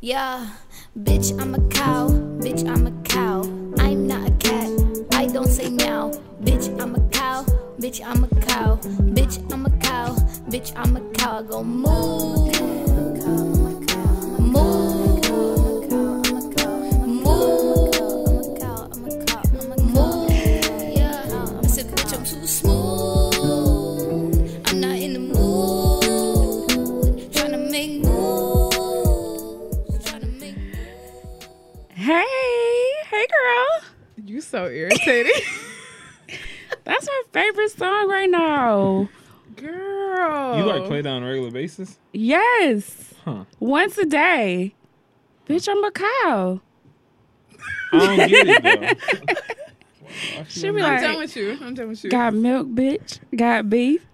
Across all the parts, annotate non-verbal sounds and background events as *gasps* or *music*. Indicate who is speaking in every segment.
Speaker 1: Yeah, bitch, I'm a cow. Bitch, I'm a cow. I'm not a cat. I don't say meow. Bitch, I'm a cow. Bitch, I'm a cow. Bitch, I'm a cow. Bitch, I'm a cow. I go moo. Moo. Moo. Yeah. I said, bitch, I'm too smooth. I'm not in the mood. Tryna make moves. Tryna make
Speaker 2: Hey, hey, girl.
Speaker 3: You so irritating. *laughs*
Speaker 2: That's my favorite song right now.
Speaker 3: Girl.
Speaker 4: You
Speaker 2: Oh.
Speaker 4: like play that on a regular basis?
Speaker 2: Yes,
Speaker 4: Huh.
Speaker 2: once a day. Bitch, I'm a cow.
Speaker 4: I don't get it
Speaker 2: *laughs*
Speaker 4: though. Why
Speaker 2: She be
Speaker 4: on
Speaker 3: I'm
Speaker 2: like,
Speaker 3: done with you. I'm done with you.
Speaker 2: got milk, bitch. Got beef.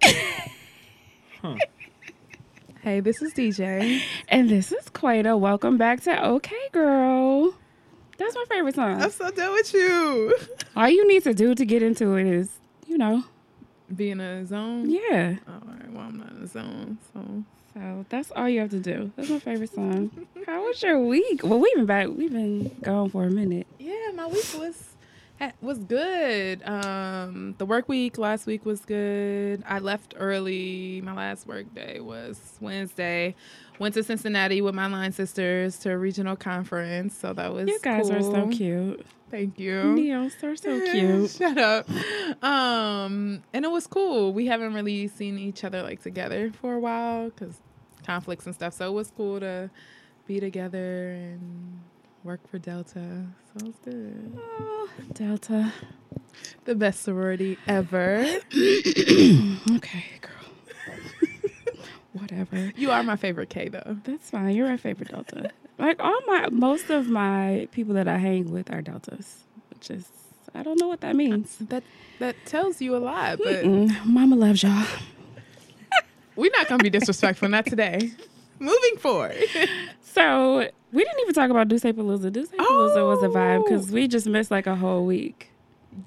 Speaker 4: Huh.
Speaker 3: Hey, this is DJ.
Speaker 2: and this is Quato. Welcome back to OK Girl. That's my favorite
Speaker 3: I'm
Speaker 2: song.
Speaker 3: so done with you.
Speaker 2: All you need to do to get into it is, you know,
Speaker 3: *laughs* Be in a zone.
Speaker 2: yeah.
Speaker 3: All right. Well, I'm not in a zone. So
Speaker 2: So that's all you have to do. That's my favorite song. How was your week? Well, we've been back. We've been gone for a minute.
Speaker 3: yeah, my week was ha- was good. Um, the work week last week was good. I left early. My last work day was Wednesday. Went to Cincinnati with my line sisters to a regional conference. So that was
Speaker 2: You guys are so
Speaker 3: cool.
Speaker 2: cute.
Speaker 3: Thank you.
Speaker 2: Neos, they're
Speaker 3: *laughs*
Speaker 2: so cute.
Speaker 3: Shut up. Um, and it was cool. We haven't really seen each other like together for a while because conflicts and stuff. So it was cool to be together and work for Delta. So it's good.
Speaker 2: Oh, Delta.
Speaker 3: The best sorority ever.
Speaker 2: Okay, girl. Whatever.
Speaker 3: you are my favorite K though.
Speaker 2: That's fine. You're my favorite Delta. Like all my most of my people that I hang with are Deltas, which is I don't know what that means.
Speaker 3: That that tells you a lot, but
Speaker 2: Mm, Mama loves y'all.
Speaker 3: we're not gonna be disrespectful. not today. Moving forward.
Speaker 2: So we didn't even talk about Deuce Palooza. Deuce Palooza was a vibe because
Speaker 3: Oh.
Speaker 2: we just missed like a whole week.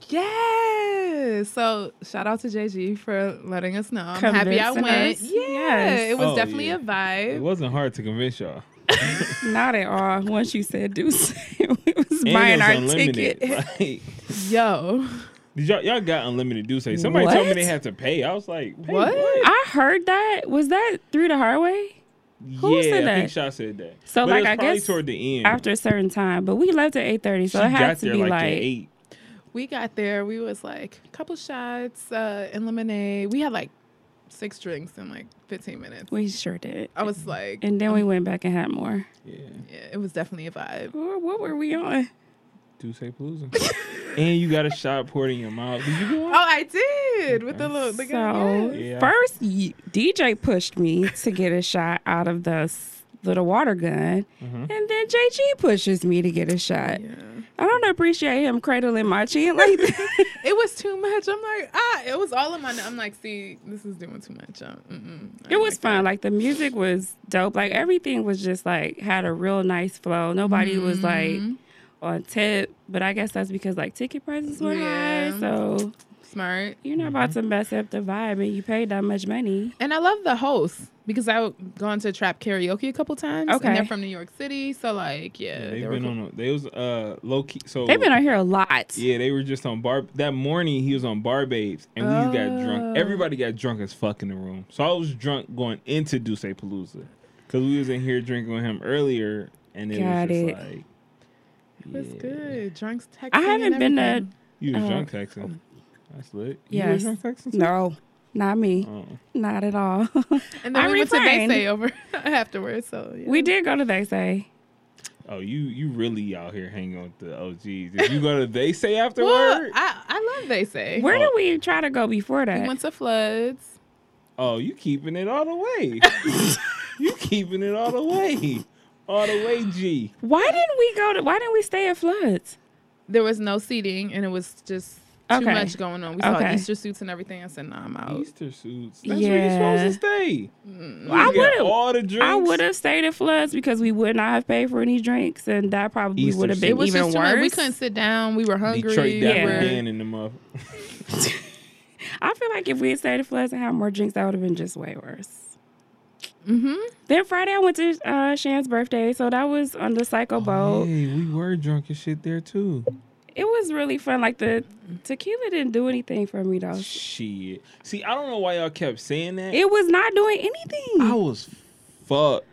Speaker 3: Yes. So shout out to JG for letting us know. I'm happy I
Speaker 2: Convincing
Speaker 3: went.
Speaker 2: us.
Speaker 3: Yeah.
Speaker 2: Yes.
Speaker 3: It was
Speaker 4: Oh,
Speaker 3: definitely
Speaker 4: yeah.
Speaker 3: a vibe.
Speaker 4: It wasn't hard to convince y'all.
Speaker 2: Not at all. Once you said Deuce, *laughs* we was
Speaker 4: And
Speaker 2: buying
Speaker 4: it
Speaker 2: our
Speaker 4: was unlimited.
Speaker 2: ticket.
Speaker 4: *laughs* Like,
Speaker 3: Yo.
Speaker 4: did y'all, y'all got unlimited do say. Somebody told me
Speaker 2: What?
Speaker 4: they had to pay. I was like, pay
Speaker 3: What?
Speaker 2: I heard that. Was that through the hard way? Who
Speaker 4: yeah,
Speaker 2: said
Speaker 4: I
Speaker 2: that?
Speaker 4: think Shaw said that.
Speaker 2: So,
Speaker 4: but
Speaker 2: like,
Speaker 4: it was
Speaker 2: I
Speaker 4: probably
Speaker 2: guess
Speaker 4: toward the end.
Speaker 2: After a certain time, but we left at eight thirty, so
Speaker 4: she
Speaker 2: it had
Speaker 4: got
Speaker 2: to
Speaker 4: there
Speaker 2: be
Speaker 4: like,
Speaker 2: like,
Speaker 4: at eight.
Speaker 3: We got there. We was like couple shots uh, and lemonade. We had like six drinks in like 15 minutes.
Speaker 2: we sure did.
Speaker 3: I was like,
Speaker 2: Mm-hmm. And then we went back and had more.
Speaker 4: Yeah,
Speaker 3: yeah, it was definitely a vibe.
Speaker 2: Or what were we on?
Speaker 4: do say palooza. and you got a shot poured in your mouth. Did you go
Speaker 3: Oh,
Speaker 4: on?
Speaker 3: I did with the little. The
Speaker 2: So
Speaker 3: guy, yes.
Speaker 4: Yeah.
Speaker 2: first, y- DJ pushed me to get a shot out of the s- little water gun, and then JG pushes me to get a shot.
Speaker 3: Yeah.
Speaker 2: I don't appreciate him cradling my chin like *laughs* that.
Speaker 3: It was too much. I'm like, ah, it was all in my. I'm like, see, this is doing too much. Um, mm-mm. I
Speaker 2: it was
Speaker 3: like
Speaker 2: fun. Like the music was dope. Like everything was just like had a real nice flow. Nobody was like on tip, but I guess that's because like ticket prices were high,
Speaker 3: Yeah.
Speaker 2: so
Speaker 3: that. smart.
Speaker 2: you're not about to mess up the vibe, and you paid that much money.
Speaker 3: And I love the host because I've gone to trap karaoke a couple times.
Speaker 2: Okay.
Speaker 3: and they're from New York City, so like, yeah,
Speaker 4: Yeah,
Speaker 3: they
Speaker 4: they've
Speaker 3: were
Speaker 4: been
Speaker 3: cool.
Speaker 4: on. A, they was uh low key. So
Speaker 2: They've been out here a lot.
Speaker 4: Yeah, they were just on bar. That morning, he was on Bar Babes, and we got drunk.
Speaker 3: Oh.
Speaker 4: Everybody got drunk as fuck in the room. So I was drunk going into Duce Palooza because we was in here drinking with him earlier, and it
Speaker 2: Got
Speaker 4: was just
Speaker 2: it.
Speaker 4: like
Speaker 3: It was
Speaker 4: yeah.
Speaker 3: good. Drunks texting.
Speaker 2: I
Speaker 3: and
Speaker 2: haven't been to
Speaker 3: everything.
Speaker 4: You was
Speaker 2: Uh,
Speaker 4: drunk texting. That's lit. You
Speaker 2: Yes.
Speaker 4: was drunk texting.
Speaker 2: No, not me.
Speaker 4: Oh.
Speaker 2: Not at all. *laughs*
Speaker 3: And then
Speaker 2: I
Speaker 3: we went
Speaker 2: refrained.
Speaker 3: to Base over *laughs* afterwards. So yeah.
Speaker 2: we did go to They Say.
Speaker 4: oh, you you really out here hanging with the OGs. Did you go to they say
Speaker 3: Well,
Speaker 4: afterward?
Speaker 3: I, I love they say.
Speaker 2: Where did
Speaker 4: Oh.
Speaker 2: we try to go before
Speaker 3: we
Speaker 2: that?
Speaker 3: went to floods.
Speaker 4: oh, you keeping it all the way.
Speaker 2: *laughs*
Speaker 4: you keeping it all the way, all the way, G.
Speaker 2: Why didn't we go to? Why didn't we stay at Floods?
Speaker 3: There was no seating, and it was just too
Speaker 2: Okay.
Speaker 3: much going on. We saw
Speaker 2: Okay.
Speaker 3: Easter suits and everything. I said, Nah, I'm out.
Speaker 4: Easter suits. That's where
Speaker 2: Oh. Yeah.
Speaker 4: you're supposed to stay.
Speaker 2: Well, I
Speaker 4: You got
Speaker 2: would have.
Speaker 4: all the drinks.
Speaker 2: I would have stayed at Floods because we would not have paid for any drinks, and that probably
Speaker 4: Easter
Speaker 2: would have
Speaker 3: It
Speaker 2: been
Speaker 3: was
Speaker 2: even
Speaker 3: just too much.
Speaker 2: worse.
Speaker 3: We couldn't sit down. We were hungry.
Speaker 4: Detroit Dapper
Speaker 2: Yeah.
Speaker 4: Dan in the mother.
Speaker 2: I feel like if we had stayed at Floods and had more drinks, that would have been just way worse.
Speaker 3: Mm-hmm.
Speaker 2: Then Friday I went to uh, Shan's birthday, so that was on the Psycho
Speaker 4: Oh,
Speaker 2: Bowl.
Speaker 4: Hey, we were drunk as shit there too.
Speaker 2: It was really fun. Like the tequila didn't do anything for me though.
Speaker 4: Shit. See, I don't know why y'all kept saying that.
Speaker 2: It was not doing anything.
Speaker 4: I was fucked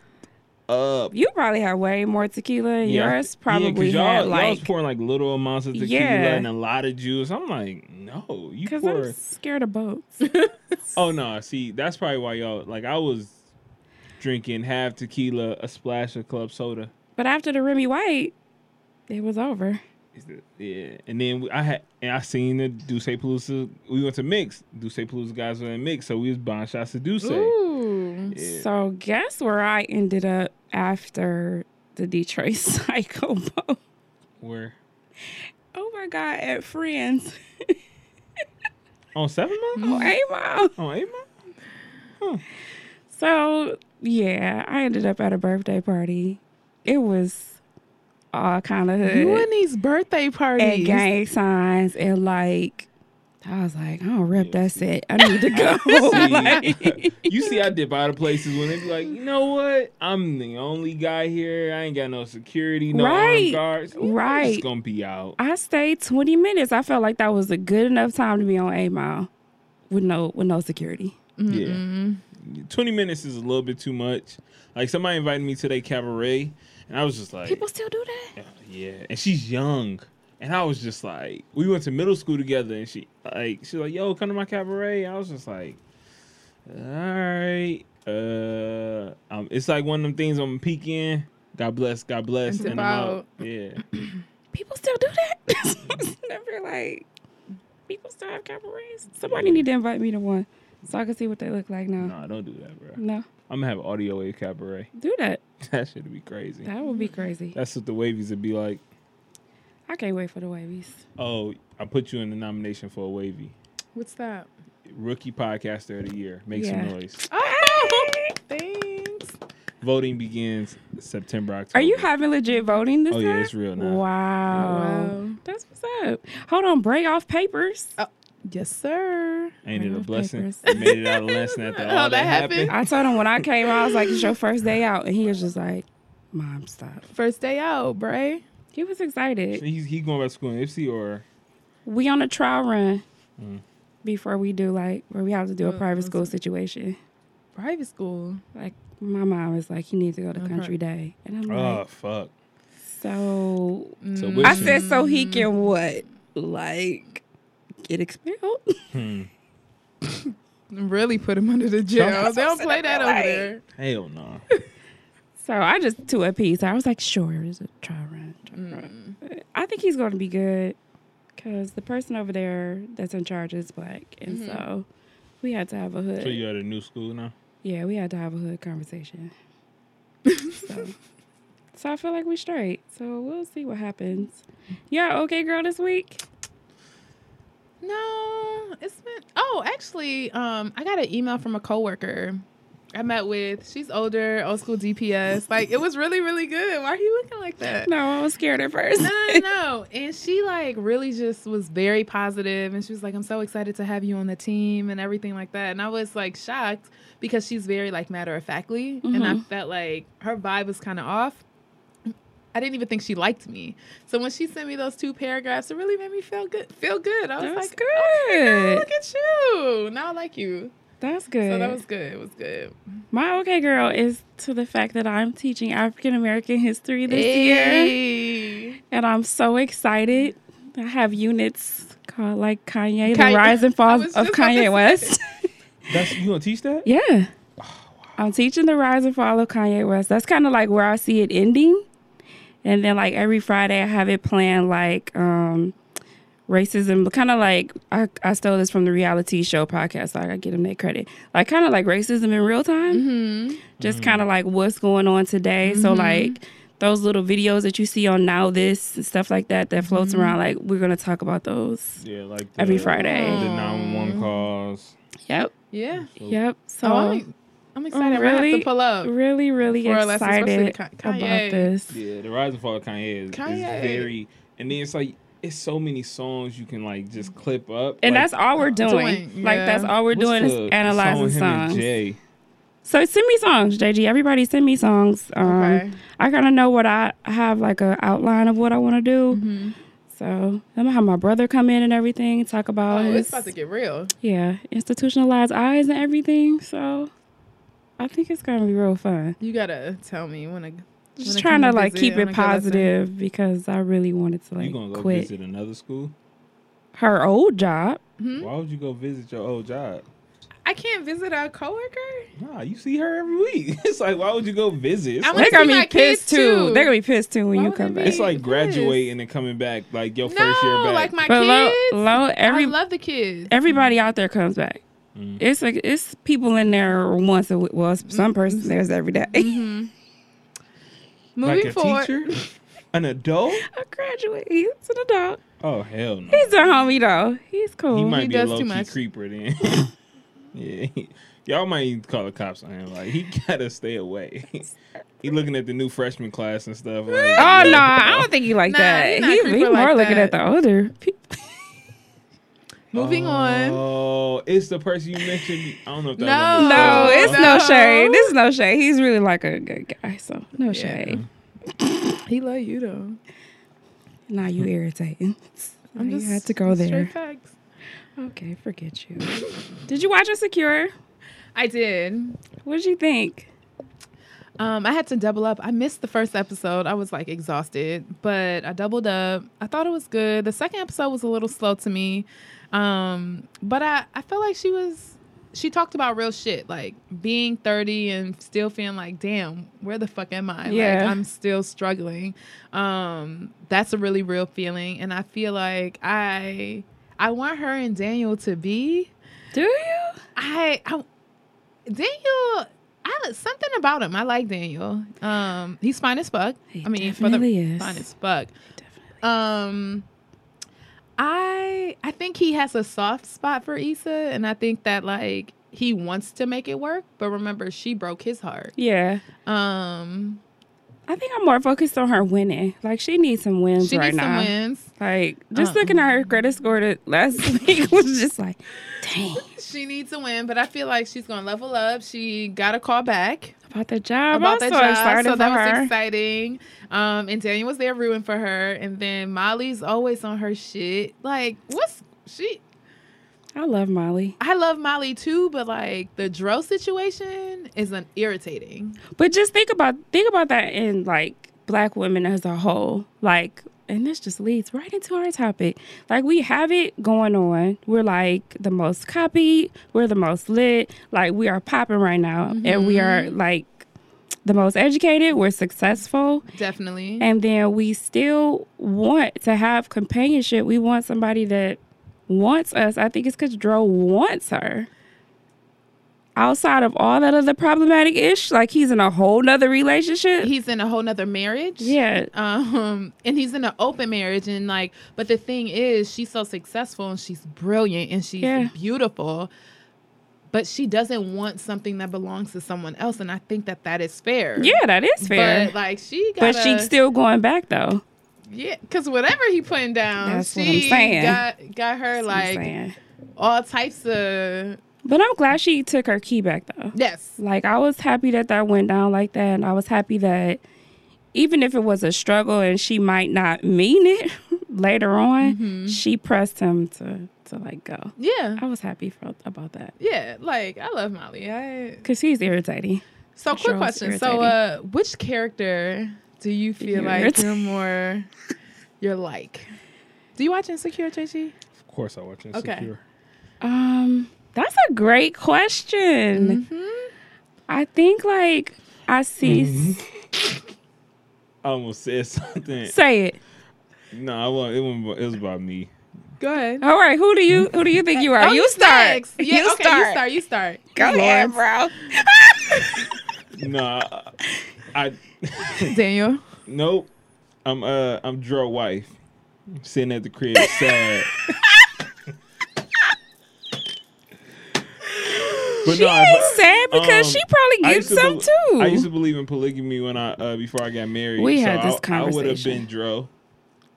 Speaker 4: up.
Speaker 2: you probably had way more tequila. and Yours probably
Speaker 4: yeah, 'cause y'all,
Speaker 2: had
Speaker 4: y'all
Speaker 2: like
Speaker 4: was pouring like little amounts of tequila
Speaker 2: Yeah.
Speaker 4: and a lot of juice. I'm like, no, you
Speaker 2: because
Speaker 4: pour.
Speaker 2: I'm scared of boats. *laughs*
Speaker 4: Oh no, see, that's probably why y'all like. I was drinking half tequila, a splash of club soda.
Speaker 2: but after the Remy White, it was over.
Speaker 4: Is it- Yeah, and then we- I had and I seen the Duce Palooza. We went to Mix. Duce Palooza guys were in Mix, so we was buying shots to Duce.
Speaker 3: Ooh.
Speaker 4: Yeah.
Speaker 2: So guess where I ended up after the Detroit *laughs* Psycho Bowl?
Speaker 4: Where
Speaker 2: Oh my God, at Friends. *laughs*
Speaker 4: on Seven Mile?
Speaker 2: oh, hey, mom.
Speaker 4: On Eight
Speaker 2: *laughs*
Speaker 4: Mile?
Speaker 2: So yeah, I ended up at a birthday party. It was all kind of
Speaker 3: You
Speaker 2: hood
Speaker 3: and these birthday
Speaker 2: and
Speaker 3: parties.
Speaker 2: gang signs and like. I was like, "Oh, I don't rep that set. I need to go. *laughs* Like-
Speaker 4: *laughs* you see, I dip out of places when they be like, you know what? I'm the only guy here. I ain't got no security, no
Speaker 2: Right.
Speaker 4: armed guards. You know, I'm
Speaker 2: Right.
Speaker 4: just gonna be out.
Speaker 2: I stayed 20 minutes. I felt like that was a good enough time to be on A Mile with no with no security.
Speaker 4: Yeah, twenty minutes is a little bit too much. Like somebody invited me to their cabaret, and I was just like,
Speaker 2: People still do that?
Speaker 4: Yeah, and she's young. And I was just like, we went to middle school together, and she like, she's like, "Yo, come to my cabaret." I was just like, "All right." Uh, um, it's like one of them things I'm peeking. God bless, God bless,
Speaker 3: It's
Speaker 4: and I'm out. Yeah,
Speaker 2: People still do that? *laughs* It's Never like people still have cabarets. Somebody need to invite me to one so I can see what they look like now.
Speaker 4: nah, don't do that, bro.
Speaker 2: No,
Speaker 4: I'm gonna have audio wave cabaret. *laughs*
Speaker 2: do that.
Speaker 4: That should be crazy.
Speaker 2: That would be crazy.
Speaker 4: That's what the wavies would be like.
Speaker 2: I can't wait for the wavies.
Speaker 4: Oh, I put you in the nomination for a wavy
Speaker 3: What's that?
Speaker 4: rookie podcaster of the year. Make
Speaker 2: Yeah.
Speaker 4: some noise.
Speaker 3: Oh, *laughs* thanks.
Speaker 4: Voting begins September, October.
Speaker 2: Are you having legit voting this
Speaker 4: Oh,
Speaker 2: time?
Speaker 4: yeah, it's real now.
Speaker 2: Wow.
Speaker 3: Wow.
Speaker 2: That's what's up. Hold on, break off papers.
Speaker 3: Yes, sir.
Speaker 4: Ain't it a
Speaker 2: Real
Speaker 4: blessing?
Speaker 2: papers.
Speaker 4: We made it out of
Speaker 2: *laughs*
Speaker 4: lesson after
Speaker 3: How
Speaker 4: all that,
Speaker 3: that
Speaker 4: happened.
Speaker 3: happened?
Speaker 2: I told him when I came, I was like, "It's your first day out," and he was just like, "Mom, stop."
Speaker 3: First day out, Bray.
Speaker 2: He was excited.
Speaker 4: He's he going back to school in Ipsy or
Speaker 2: We on a trial run
Speaker 4: Mm.
Speaker 2: before we do like where we have to do a
Speaker 3: Oh,
Speaker 2: private
Speaker 3: that's
Speaker 2: school situation.
Speaker 3: Private school.
Speaker 2: Like my mom is like, "You need to go to country day," and I'm
Speaker 4: oh
Speaker 2: like,
Speaker 4: fuck.
Speaker 2: "So
Speaker 4: So
Speaker 3: Mm.
Speaker 4: which
Speaker 2: I said, so he can what? Like get expelled?"
Speaker 3: Really put him under the jail.
Speaker 4: That's
Speaker 3: They don't play that over
Speaker 2: like-
Speaker 3: there.
Speaker 4: hell no.
Speaker 2: so I just to appease. her. I was like, "Sure, it's a trial run." Trial
Speaker 3: Mm.
Speaker 2: run. I think he's going to be good because the person over there that's in charge is black, and
Speaker 3: Mm-hmm.
Speaker 2: so. We had to have a hood.
Speaker 4: so you at a new school now?
Speaker 2: Yeah, we had to have a hood
Speaker 3: *laughs*
Speaker 2: conversation. so, so I feel like we straight. So we'll see what happens. Yeah, okay, girl, this week.
Speaker 3: No, it's been. Oh, actually, um, I got an email from a coworker I met with. She's older, old school DPS. Like it was really, really good. Why are you looking like that?
Speaker 2: No, I was scared at first.
Speaker 3: No, no, no, no. And she like really just was very positive, and she was like, "I'm so excited to have you on the team and everything like that." And I was like shocked because she's very like matter of factly, and I
Speaker 2: Mhm.
Speaker 3: felt like her vibe was kind of off. I didn't even think she liked me. So when she sent me those two paragraphs, it really made me feel good. Feel good.
Speaker 2: *laughs*
Speaker 3: I was
Speaker 2: That's
Speaker 3: like,
Speaker 2: good.
Speaker 3: "Oh, look at you. Now I like you.
Speaker 2: That's good.
Speaker 3: So that was good. It was good.
Speaker 2: My okay, girl, is to the fact that I'm teaching African American history this year,
Speaker 3: Hey.
Speaker 2: and I'm so excited. I have units called like Kanye,
Speaker 3: Kanye-
Speaker 2: the rise and
Speaker 3: I
Speaker 2: fall
Speaker 3: was
Speaker 2: of
Speaker 3: just about to say. Oh,
Speaker 2: Kanye West. *laughs*
Speaker 4: That's you gonna teach that?
Speaker 2: Yeah. I'm teaching the rise and fall of Kanye West. That's kind of like where I see it ending. And then like every Friday I have it planned like um racism kind of like I, I stole this from the reality show podcast so I gotta give them that credit like kind of like racism in real time
Speaker 3: Hmm.
Speaker 2: just
Speaker 3: Mm-hmm.
Speaker 2: kind of like what's going on today so like those little videos that you see on now this and stuff like that that floats
Speaker 3: Mm-hmm.
Speaker 2: around like we're gonna talk about those
Speaker 4: Yeah, like
Speaker 2: Every Friday.
Speaker 4: The nine one one calls.
Speaker 2: yep
Speaker 3: Yeah.
Speaker 2: yep so
Speaker 3: Oh, I'm, I'm excited. I'm gonna have
Speaker 2: really-
Speaker 3: to pull up.
Speaker 2: really really
Speaker 3: For us, especially
Speaker 2: excited
Speaker 3: Ka-
Speaker 2: about
Speaker 3: Kanye.
Speaker 2: this
Speaker 4: Yeah, the rise and fall of Kanye is, is
Speaker 3: Kanye.
Speaker 4: very and then it's like it's so many songs you can like just clip up.
Speaker 2: and
Speaker 4: Like,
Speaker 2: that's all we're doing.
Speaker 3: doing,
Speaker 2: Like
Speaker 3: yeah.
Speaker 2: that's all we're
Speaker 4: what's
Speaker 2: doing
Speaker 4: the
Speaker 2: is analyzing
Speaker 4: song with him and
Speaker 2: songs.
Speaker 4: Jay?
Speaker 2: So send me songs, JG. Everybody send me songs. Um,
Speaker 3: Okay.
Speaker 2: I kind of know what I I have like a outline of what I want to do.
Speaker 3: Mm-hmm.
Speaker 2: So I'm gonna have my brother come in and everything and talk about
Speaker 3: Oh,
Speaker 2: his
Speaker 3: it's about to get real.
Speaker 2: yeah institutionalized eyes and everything. So I think it's gonna be real fun.
Speaker 3: You gotta tell me when I.
Speaker 2: Just
Speaker 3: when I
Speaker 2: trying
Speaker 3: come
Speaker 2: to
Speaker 3: to
Speaker 2: like
Speaker 3: visit,
Speaker 2: keep
Speaker 3: I'm
Speaker 2: it
Speaker 3: gonna go listen.
Speaker 2: positive because I really wanted to
Speaker 4: you
Speaker 2: like
Speaker 4: gonna go
Speaker 2: quit
Speaker 4: visit another school?
Speaker 2: her old job.
Speaker 4: Why would you go visit your old job?
Speaker 3: I can't visit a coworker.
Speaker 4: Nah, you see her every week. *laughs* It's like, why would you go visit? It's
Speaker 3: I
Speaker 4: like,
Speaker 3: wanna
Speaker 2: They're
Speaker 3: see
Speaker 2: gonna
Speaker 3: my
Speaker 2: be pissed
Speaker 3: kids,
Speaker 2: too.
Speaker 3: too.
Speaker 2: They're gonna be pissed too when
Speaker 3: Why
Speaker 2: you
Speaker 3: would
Speaker 2: come
Speaker 3: they
Speaker 2: back.
Speaker 3: be?
Speaker 4: it's like
Speaker 3: Yes.
Speaker 4: graduating and coming back like your first year
Speaker 3: no,
Speaker 4: back.
Speaker 3: like my
Speaker 2: But low,
Speaker 3: kids.
Speaker 2: low, every
Speaker 3: I love the kids.
Speaker 2: everybody out there comes back.
Speaker 4: Mm-hmm.
Speaker 2: It's like it's people in there once a week. Well, it's- some
Speaker 3: Mm-hmm.
Speaker 2: person there's every day.
Speaker 3: Moving
Speaker 4: a
Speaker 3: forward,
Speaker 4: teacher, *laughs* an adult.
Speaker 2: *laughs* I graduate. He's an adult.
Speaker 4: Oh hell no.
Speaker 2: He's a homie though. He's cool.
Speaker 4: He might
Speaker 3: he
Speaker 4: be a
Speaker 3: does
Speaker 4: low
Speaker 3: too
Speaker 4: key
Speaker 3: much.
Speaker 4: creeper then. *laughs* yeah, y'all might need to call the cops on him. Like he *laughs* gotta stay away. *laughs* he looking at the new freshman class and stuff. Like,
Speaker 2: *laughs* oh no, I don't think he like
Speaker 3: Nah, he
Speaker 2: that.
Speaker 3: not
Speaker 2: He,
Speaker 3: a creeper
Speaker 2: he more
Speaker 3: like
Speaker 2: looking
Speaker 3: that.
Speaker 2: at the older. people.
Speaker 3: moving on.
Speaker 4: Oh, it's the person you mentioned. I don't know. if that
Speaker 3: No.
Speaker 4: was on
Speaker 2: *laughs*
Speaker 4: the
Speaker 2: No,
Speaker 4: call.
Speaker 2: it's no.
Speaker 3: No.
Speaker 2: shade. This is no shade. He's really like a good guy. So no shade.
Speaker 3: He love you though.
Speaker 2: Nah, you irritating.
Speaker 3: I'm
Speaker 2: you
Speaker 3: just
Speaker 2: had to go
Speaker 3: straight
Speaker 2: there.
Speaker 3: Facts.
Speaker 2: Okay, forget you. *laughs* Did you watch Insecure?
Speaker 3: I did.
Speaker 2: What did you think?
Speaker 3: Um, I had to double up. I missed the first episode. I was like exhausted, but I doubled up. I thought it was good. The second episode was a little slow to me. Um, but I, I felt like she was she talked about real shit, like being 30 and still feeling like, damn, where the fuck am I?
Speaker 2: Yeah.
Speaker 3: Like I'm still struggling. Um, that's a really real feeling. And I feel like I I want her and Daniel to be
Speaker 2: Do you?
Speaker 3: I, I Daniel, I something about him. I like Daniel. Um, he's fine as fuck.
Speaker 2: He
Speaker 3: I mean,
Speaker 2: definitely is.
Speaker 3: fine as fuck. Um, I I think he has a soft spot for Issa, and I think that like he wants to make it work. But remember, she broke his heart.
Speaker 2: Yeah.
Speaker 3: Um,
Speaker 2: I think I'm more focused on her winning. Like she needs some wins
Speaker 3: she
Speaker 2: right
Speaker 3: needs
Speaker 2: now.
Speaker 3: some wins.
Speaker 2: Like just
Speaker 3: Uh-uh.
Speaker 2: looking at her credit score that last *laughs* week was just like, dang
Speaker 3: She needs a win, but I feel like she's gonna level up. She got a call back.
Speaker 2: about the job.
Speaker 3: about
Speaker 2: I'm
Speaker 3: that
Speaker 2: so
Speaker 3: job.
Speaker 2: excited
Speaker 3: so
Speaker 2: for
Speaker 3: that
Speaker 2: her.
Speaker 3: was exciting. Um, and Daniel was there rooting for her. And then Molly's always on her shit. Like, what's she?
Speaker 2: I love Molly,
Speaker 3: I love Molly too, but like the Dro situation is an irritating.
Speaker 2: but just think about think about that in like black women as a whole. Like, and this just leads right into our topic. Like we have it going on. We're like the most copied. We're the most lit. Like we are popping right now, and we are like the most educated. We're successful.
Speaker 3: Definitely.
Speaker 2: and then we still want to have companionship. We want somebody that wants us. I think it's because Dro wants her. Outside of all that other problematic ish, like he's in a whole nother relationship.
Speaker 3: he's in a whole nother marriage.
Speaker 2: yeah,
Speaker 3: Um, and he's in an open marriage, and like, but the thing is, she's so successful and she's brilliant and she's
Speaker 2: Yeah.
Speaker 3: beautiful, but she doesn't want something that belongs to someone else, and I think that that is fair.
Speaker 2: yeah, that is fair.
Speaker 3: But like she got
Speaker 2: But, she's still going back though.
Speaker 3: yeah, because whatever he putting down,
Speaker 2: That's what I'm
Speaker 3: she
Speaker 2: saying.
Speaker 3: got got her
Speaker 2: That's what I'm
Speaker 3: like
Speaker 2: saying.
Speaker 3: all types of
Speaker 2: but I'm glad she took her key back though.
Speaker 3: yes,
Speaker 2: Like I was happy that that went down like that, and I was happy that even if it was a struggle and she might not mean it *laughs* later on,
Speaker 3: Mm-hmm.
Speaker 2: she pressed him to to like go.
Speaker 3: yeah,
Speaker 2: I was happy for, about that
Speaker 3: yeah. Like I love Molly. I
Speaker 2: because he's irritating.
Speaker 3: so
Speaker 2: Sure,
Speaker 3: quick
Speaker 2: it's
Speaker 3: question. So uh,
Speaker 2: irritating.
Speaker 3: which character do you feel
Speaker 2: You're
Speaker 3: like
Speaker 2: irritating.
Speaker 3: you're more you're like? Do you watch Insecure, JG?
Speaker 4: Of course, I watch Insecure.
Speaker 2: Um, that's a great question.
Speaker 3: Mm-hmm.
Speaker 2: I think like I see.
Speaker 4: Mm-hmm. I almost said *laughs* something.
Speaker 2: Say it.
Speaker 4: no, I was. It, wasn't about- it was about me.
Speaker 3: Go ahead.
Speaker 2: All right. Who do you who do you think you are?
Speaker 3: Oh,
Speaker 2: you start.
Speaker 3: next. Yeah,
Speaker 2: you,
Speaker 3: okay,
Speaker 2: start.
Speaker 3: You start. You start.
Speaker 2: Go ahead, bro.
Speaker 4: No, I, I
Speaker 3: Daniel.
Speaker 4: nope. I'm uh I'm Dro wife. I'm sitting at
Speaker 2: *laughs*
Speaker 4: the crib sad. But
Speaker 2: She
Speaker 4: no, I-
Speaker 2: ain't sad because
Speaker 4: um,
Speaker 2: she probably
Speaker 4: I
Speaker 2: gets
Speaker 4: used to
Speaker 2: some
Speaker 4: bel-
Speaker 2: too.
Speaker 4: I used to believe in polygamy when I uh, before I got married.
Speaker 2: We
Speaker 4: so
Speaker 2: had this
Speaker 4: I, I would have
Speaker 2: conversation.
Speaker 4: been Dro.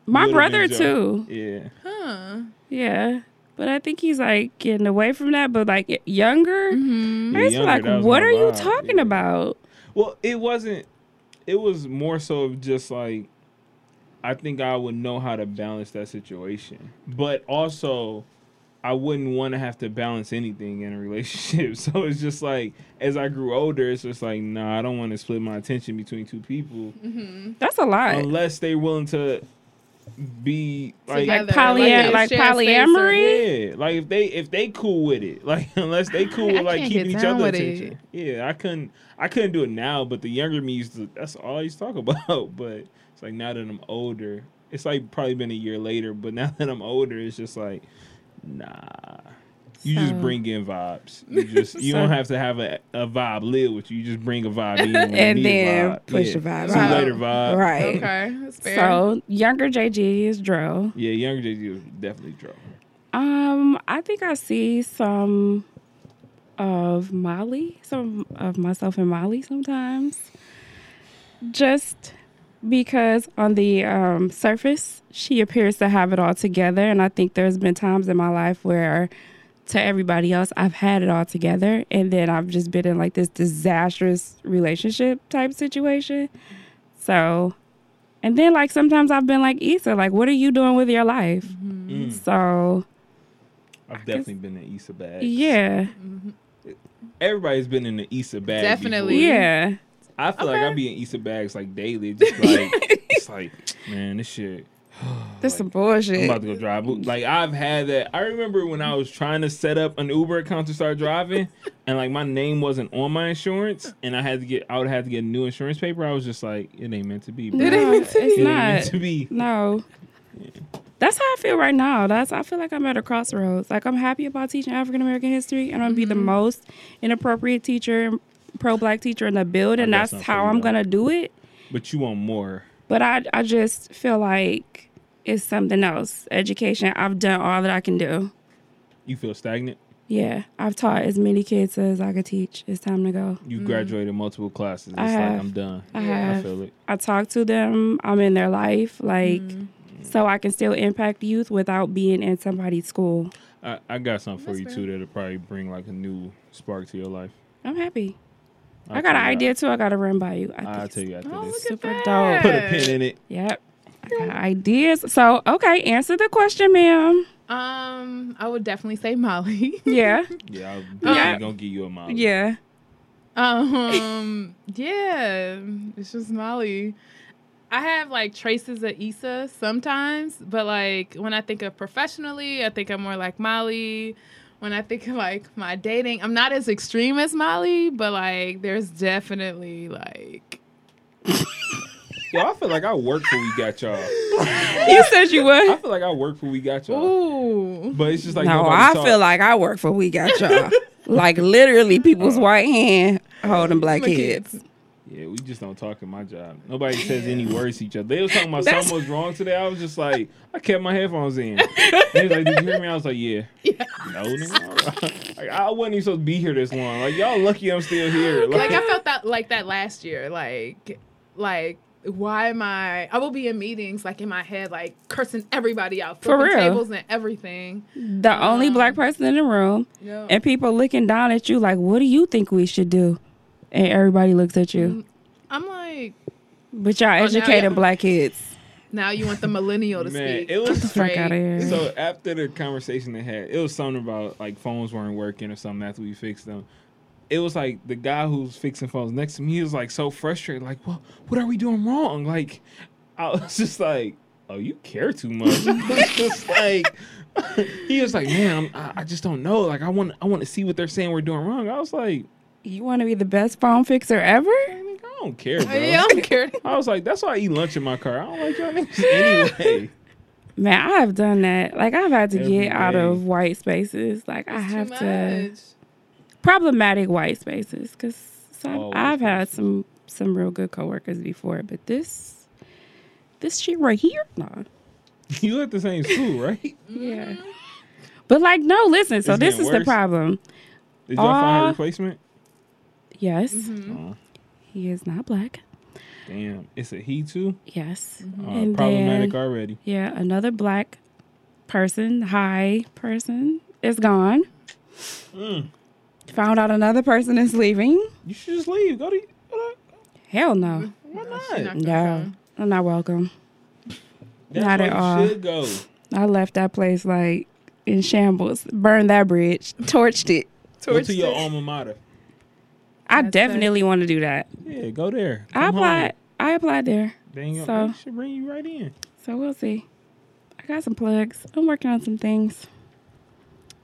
Speaker 2: My
Speaker 4: Would've been
Speaker 2: brother
Speaker 4: Dro.
Speaker 2: too.
Speaker 4: Yeah.
Speaker 3: Huh.
Speaker 2: Yeah. But I think he's like getting away from that, but like younger. I just feel
Speaker 4: Younger, that
Speaker 2: Hmm? like,
Speaker 4: was
Speaker 2: what
Speaker 4: my
Speaker 2: are you
Speaker 4: vibe,
Speaker 2: talking
Speaker 4: yeah.
Speaker 2: about?
Speaker 4: Well, it wasn't. It was more so of just like, I think I would know how to balance that situation, but also, I wouldn't want to have to balance anything in a relationship. *laughs* So it's just like, as I grew older, it's just like, nah, I don't want to split my attention between two people
Speaker 2: That's a lot.
Speaker 4: unless they're willing to be like.
Speaker 2: like
Speaker 3: Together,
Speaker 2: poly-
Speaker 3: like,
Speaker 2: like
Speaker 3: share space or-
Speaker 2: polyamory?
Speaker 4: Yeah, like if they if they cool with it, *laughs* like unless they cool
Speaker 3: I
Speaker 4: with like
Speaker 3: can't
Speaker 4: keeping
Speaker 3: get
Speaker 4: each
Speaker 3: down
Speaker 4: other
Speaker 3: with
Speaker 4: attention. Yeah, I couldn't I couldn't do it now, but the younger me used to. That's all I used to talk *laughs* about. But it's like now that I'm older, it's like probably been a year later. But *laughs* now that I'm older, it's just like, nah. You
Speaker 2: So-
Speaker 4: just bring in vibes.
Speaker 2: *laughs*
Speaker 4: You just you
Speaker 2: So-
Speaker 4: don't have to have a, a vibe live with you. You just bring a vibe in when you
Speaker 2: And
Speaker 4: need a
Speaker 2: then
Speaker 4: vibe.
Speaker 2: push
Speaker 4: yeah.
Speaker 2: the vibe
Speaker 4: See you
Speaker 3: out.
Speaker 4: later vibe.
Speaker 2: right.
Speaker 3: Okay, that's fair.
Speaker 2: So younger JG is Dro.
Speaker 4: Yeah, younger Jay Z was definitely drunk.
Speaker 2: Um, I think I see some of Molly, some of myself and Molly sometimes. Just because on the um, surface, she appears to have it all together. And I think there's been times in my life where, to everybody else, I've had it all together. And then I've just been in like this disastrous relationship type situation. So, and then like sometimes I've been like, Issa, like, what are you doing with your life? Mm, So,
Speaker 4: Mm, I've definitely been in Issa bag.
Speaker 2: yeah,
Speaker 4: Everybody's been in the Issa bag.
Speaker 3: Definitely.
Speaker 4: before.
Speaker 2: yeah.
Speaker 4: I feel like I be in Issa bags like daily. Just like
Speaker 2: *laughs*
Speaker 4: it's like, man, this shit.
Speaker 2: That's some
Speaker 4: I'm
Speaker 2: bullshit.
Speaker 4: about to go drive. Like I've had that. I remember when I was trying to set up an Uber account to
Speaker 2: *laughs*
Speaker 4: start driving, and like my name wasn't on my insurance, and I had to get. I would have to get a new insurance paper. I was just like, it ain't meant to be. Bro.
Speaker 2: No,
Speaker 4: It
Speaker 2: it's
Speaker 4: ain't meant to
Speaker 2: not.
Speaker 4: be.
Speaker 2: No. That's how I feel right now. That's I feel like I'm at a crossroads. Like I'm happy about teaching African American history, and I'm gonna be
Speaker 4: Mm-hmm.
Speaker 2: the most inappropriate teacher, pro black teacher in the building.
Speaker 4: I guess
Speaker 2: That's
Speaker 4: not
Speaker 2: how
Speaker 4: for
Speaker 2: I'm
Speaker 4: you.
Speaker 2: gonna do it.
Speaker 4: But you want more.
Speaker 2: But I I just feel like it's something else. Education. I've done all that I can do.
Speaker 4: You feel stagnant.
Speaker 2: Yeah, I've taught as many kids as I could teach. It's time to go.
Speaker 4: You graduated multiple classes.
Speaker 2: Mm-hmm.
Speaker 4: It's
Speaker 2: I
Speaker 4: like
Speaker 2: have.
Speaker 4: I'm done.
Speaker 2: I
Speaker 4: I
Speaker 2: have.
Speaker 4: feel it.
Speaker 2: I talk to them. I'm in their life, like, so I can still impact youth without being in somebody's school.
Speaker 4: I, I got something for
Speaker 3: That's
Speaker 4: you
Speaker 3: fair.
Speaker 4: too that'll probably bring like a new spark to your life.
Speaker 2: I'm happy. i got
Speaker 4: tell
Speaker 2: an
Speaker 4: you
Speaker 2: idea too. I got to run by you. I
Speaker 4: After, I'll
Speaker 2: think.
Speaker 4: tell you after
Speaker 3: Oh, look
Speaker 4: this.
Speaker 3: at
Speaker 2: Super
Speaker 3: that.
Speaker 2: dope.
Speaker 4: Put a pin in it.
Speaker 2: Yep. I got ideas. So okay, answer the question, ma'am.
Speaker 3: Um, I would definitely say Molly. *laughs*
Speaker 4: *laughs*
Speaker 2: Yeah.
Speaker 4: Yeah, I'm
Speaker 2: Yeah.
Speaker 4: gonna give you a mile.
Speaker 2: yeah.
Speaker 3: Um, yeah, it's just Molly. I have like traces of Issa sometimes, but like when I think of professionally, I think I'm more like Molly. When I think of like my dating, I'm not as extreme as Molly, but like there's definitely like
Speaker 4: Yo, I feel like I worked for we got y'all.
Speaker 2: You said you
Speaker 4: I
Speaker 2: would.
Speaker 4: feel like I worked for we got y'all.
Speaker 3: ooh.
Speaker 4: But it's just like
Speaker 2: no,
Speaker 4: nobody
Speaker 2: I
Speaker 4: talk.
Speaker 2: feel like I work for We Got
Speaker 4: *laughs*
Speaker 2: Y'all. like literally, people's
Speaker 4: Oh.
Speaker 2: white hand holding black kids.
Speaker 4: yeah, we just don't talk in my job. Nobody says any words to each other. They was talking about
Speaker 2: That's-
Speaker 4: something was wrong today. I was just like, I kept my headphones in. They was like, Did you hear me? I was like,
Speaker 2: *laughs*
Speaker 4: Yeah. No, nigga. *laughs* like, I wasn't even supposed to be here this long. Like y'all lucky I'm still here.
Speaker 3: like I felt that like that last year. Like like why am I? I will be in meetings like in my head like cursing everybody out,
Speaker 2: For
Speaker 3: flipping
Speaker 2: real.
Speaker 3: tables and everything.
Speaker 2: The only black person in the room,
Speaker 3: No.
Speaker 2: and people looking down at you like, "What do you think we should do?" And everybody looks at you.
Speaker 3: I'm like,
Speaker 2: But
Speaker 4: Oh,
Speaker 2: y'all
Speaker 3: now
Speaker 2: educating
Speaker 3: y'all-
Speaker 2: black kids.
Speaker 4: *laughs*
Speaker 3: now you want the millennial to
Speaker 4: Man,
Speaker 3: speak.
Speaker 4: it was- Get the
Speaker 2: fuck outta here.
Speaker 4: So after the conversation they had, it was something about like phones weren't working or something after we fixed them. It was like the guy who's fixing phones next to me he was like so frustrated, like, well, what are we doing wrong? Like, I was *laughs* just like, oh, you care too much. *laughs* just like, *laughs* he was like, man, I'm, I, I just don't know. Like, I want, I want to see what they're saying we're doing wrong. I was like,
Speaker 2: You want to be the best phone fixer ever?
Speaker 4: "Nigga, I don't care, bro.
Speaker 3: Yeah, I'm scared.
Speaker 4: I was like, that's why I eat lunch in my car. I don't like y'all niggas *laughs* anyway.
Speaker 2: Man, I have done that. Like I've had to
Speaker 4: Every
Speaker 2: get out
Speaker 4: day.
Speaker 2: of white spaces. Like I have
Speaker 3: Too
Speaker 2: to
Speaker 3: much.
Speaker 2: problematic white spaces because
Speaker 4: Oh, white
Speaker 2: I've had
Speaker 4: spaces.
Speaker 2: some some real good coworkers before, but this this shit right here, no,
Speaker 4: you at the same school, right?
Speaker 2: yeah. But like, no, listen. So
Speaker 4: Mm-hmm. It's
Speaker 2: this
Speaker 4: getting
Speaker 2: is the
Speaker 4: worse?
Speaker 2: problem.
Speaker 4: Did y'all find
Speaker 2: Uh,
Speaker 4: a replacement?
Speaker 2: Yes,
Speaker 4: Oh,
Speaker 2: he is not black.
Speaker 4: damn. It's a he too?
Speaker 2: Yes,
Speaker 4: Uh,
Speaker 2: And
Speaker 4: problematic
Speaker 2: then-
Speaker 4: already.
Speaker 2: yeah, another black person, high person, is gone. Found out another person is leaving.
Speaker 4: You should just leave. Go to. Go to
Speaker 2: Hell no.
Speaker 4: why
Speaker 3: she not-
Speaker 4: not?
Speaker 2: No. I'm not welcome.
Speaker 4: That's
Speaker 2: not
Speaker 4: where
Speaker 2: at
Speaker 4: you
Speaker 2: all. *laughs*
Speaker 4: Should go.
Speaker 2: I left that place like in shambles. Burned that bridge. *laughs* Torched it.
Speaker 4: Go to your alma mater.
Speaker 2: I
Speaker 3: That's
Speaker 2: definitely want to do that.
Speaker 4: Yeah, go there.
Speaker 2: I
Speaker 4: Come home.
Speaker 2: applied. I applied there.
Speaker 4: They ain't
Speaker 2: so-
Speaker 4: gonna, they should bring you right in.
Speaker 2: So we'll see. I got some plugs. I'm working on some things.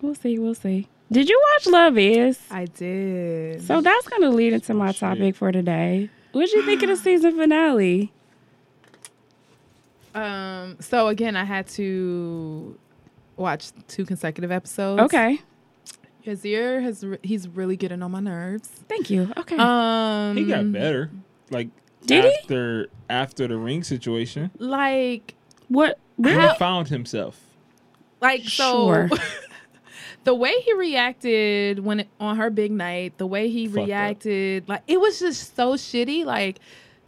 Speaker 2: We'll see. We'll see. Did you watch Love Is?
Speaker 3: I did.
Speaker 2: So that's going to lead into my
Speaker 4: Shit.
Speaker 2: topic for today. What you
Speaker 3: *gasps*
Speaker 2: think of the season finale?
Speaker 3: Um. So again, I had to watch two consecutive episodes.
Speaker 2: Okay.
Speaker 3: Yazir has re- he's really getting on my nerves.
Speaker 2: Thank you. Okay.
Speaker 3: Um.
Speaker 4: He got better. Like
Speaker 2: Mm. Did he?
Speaker 4: after after the ring situation,
Speaker 3: Like
Speaker 2: what?
Speaker 4: he found himself.
Speaker 3: like so.
Speaker 2: Sure.
Speaker 3: *laughs* The way he reacted when on her big night, the way he
Speaker 4: Fucked up.
Speaker 3: reacted, like it was just so shitty. Like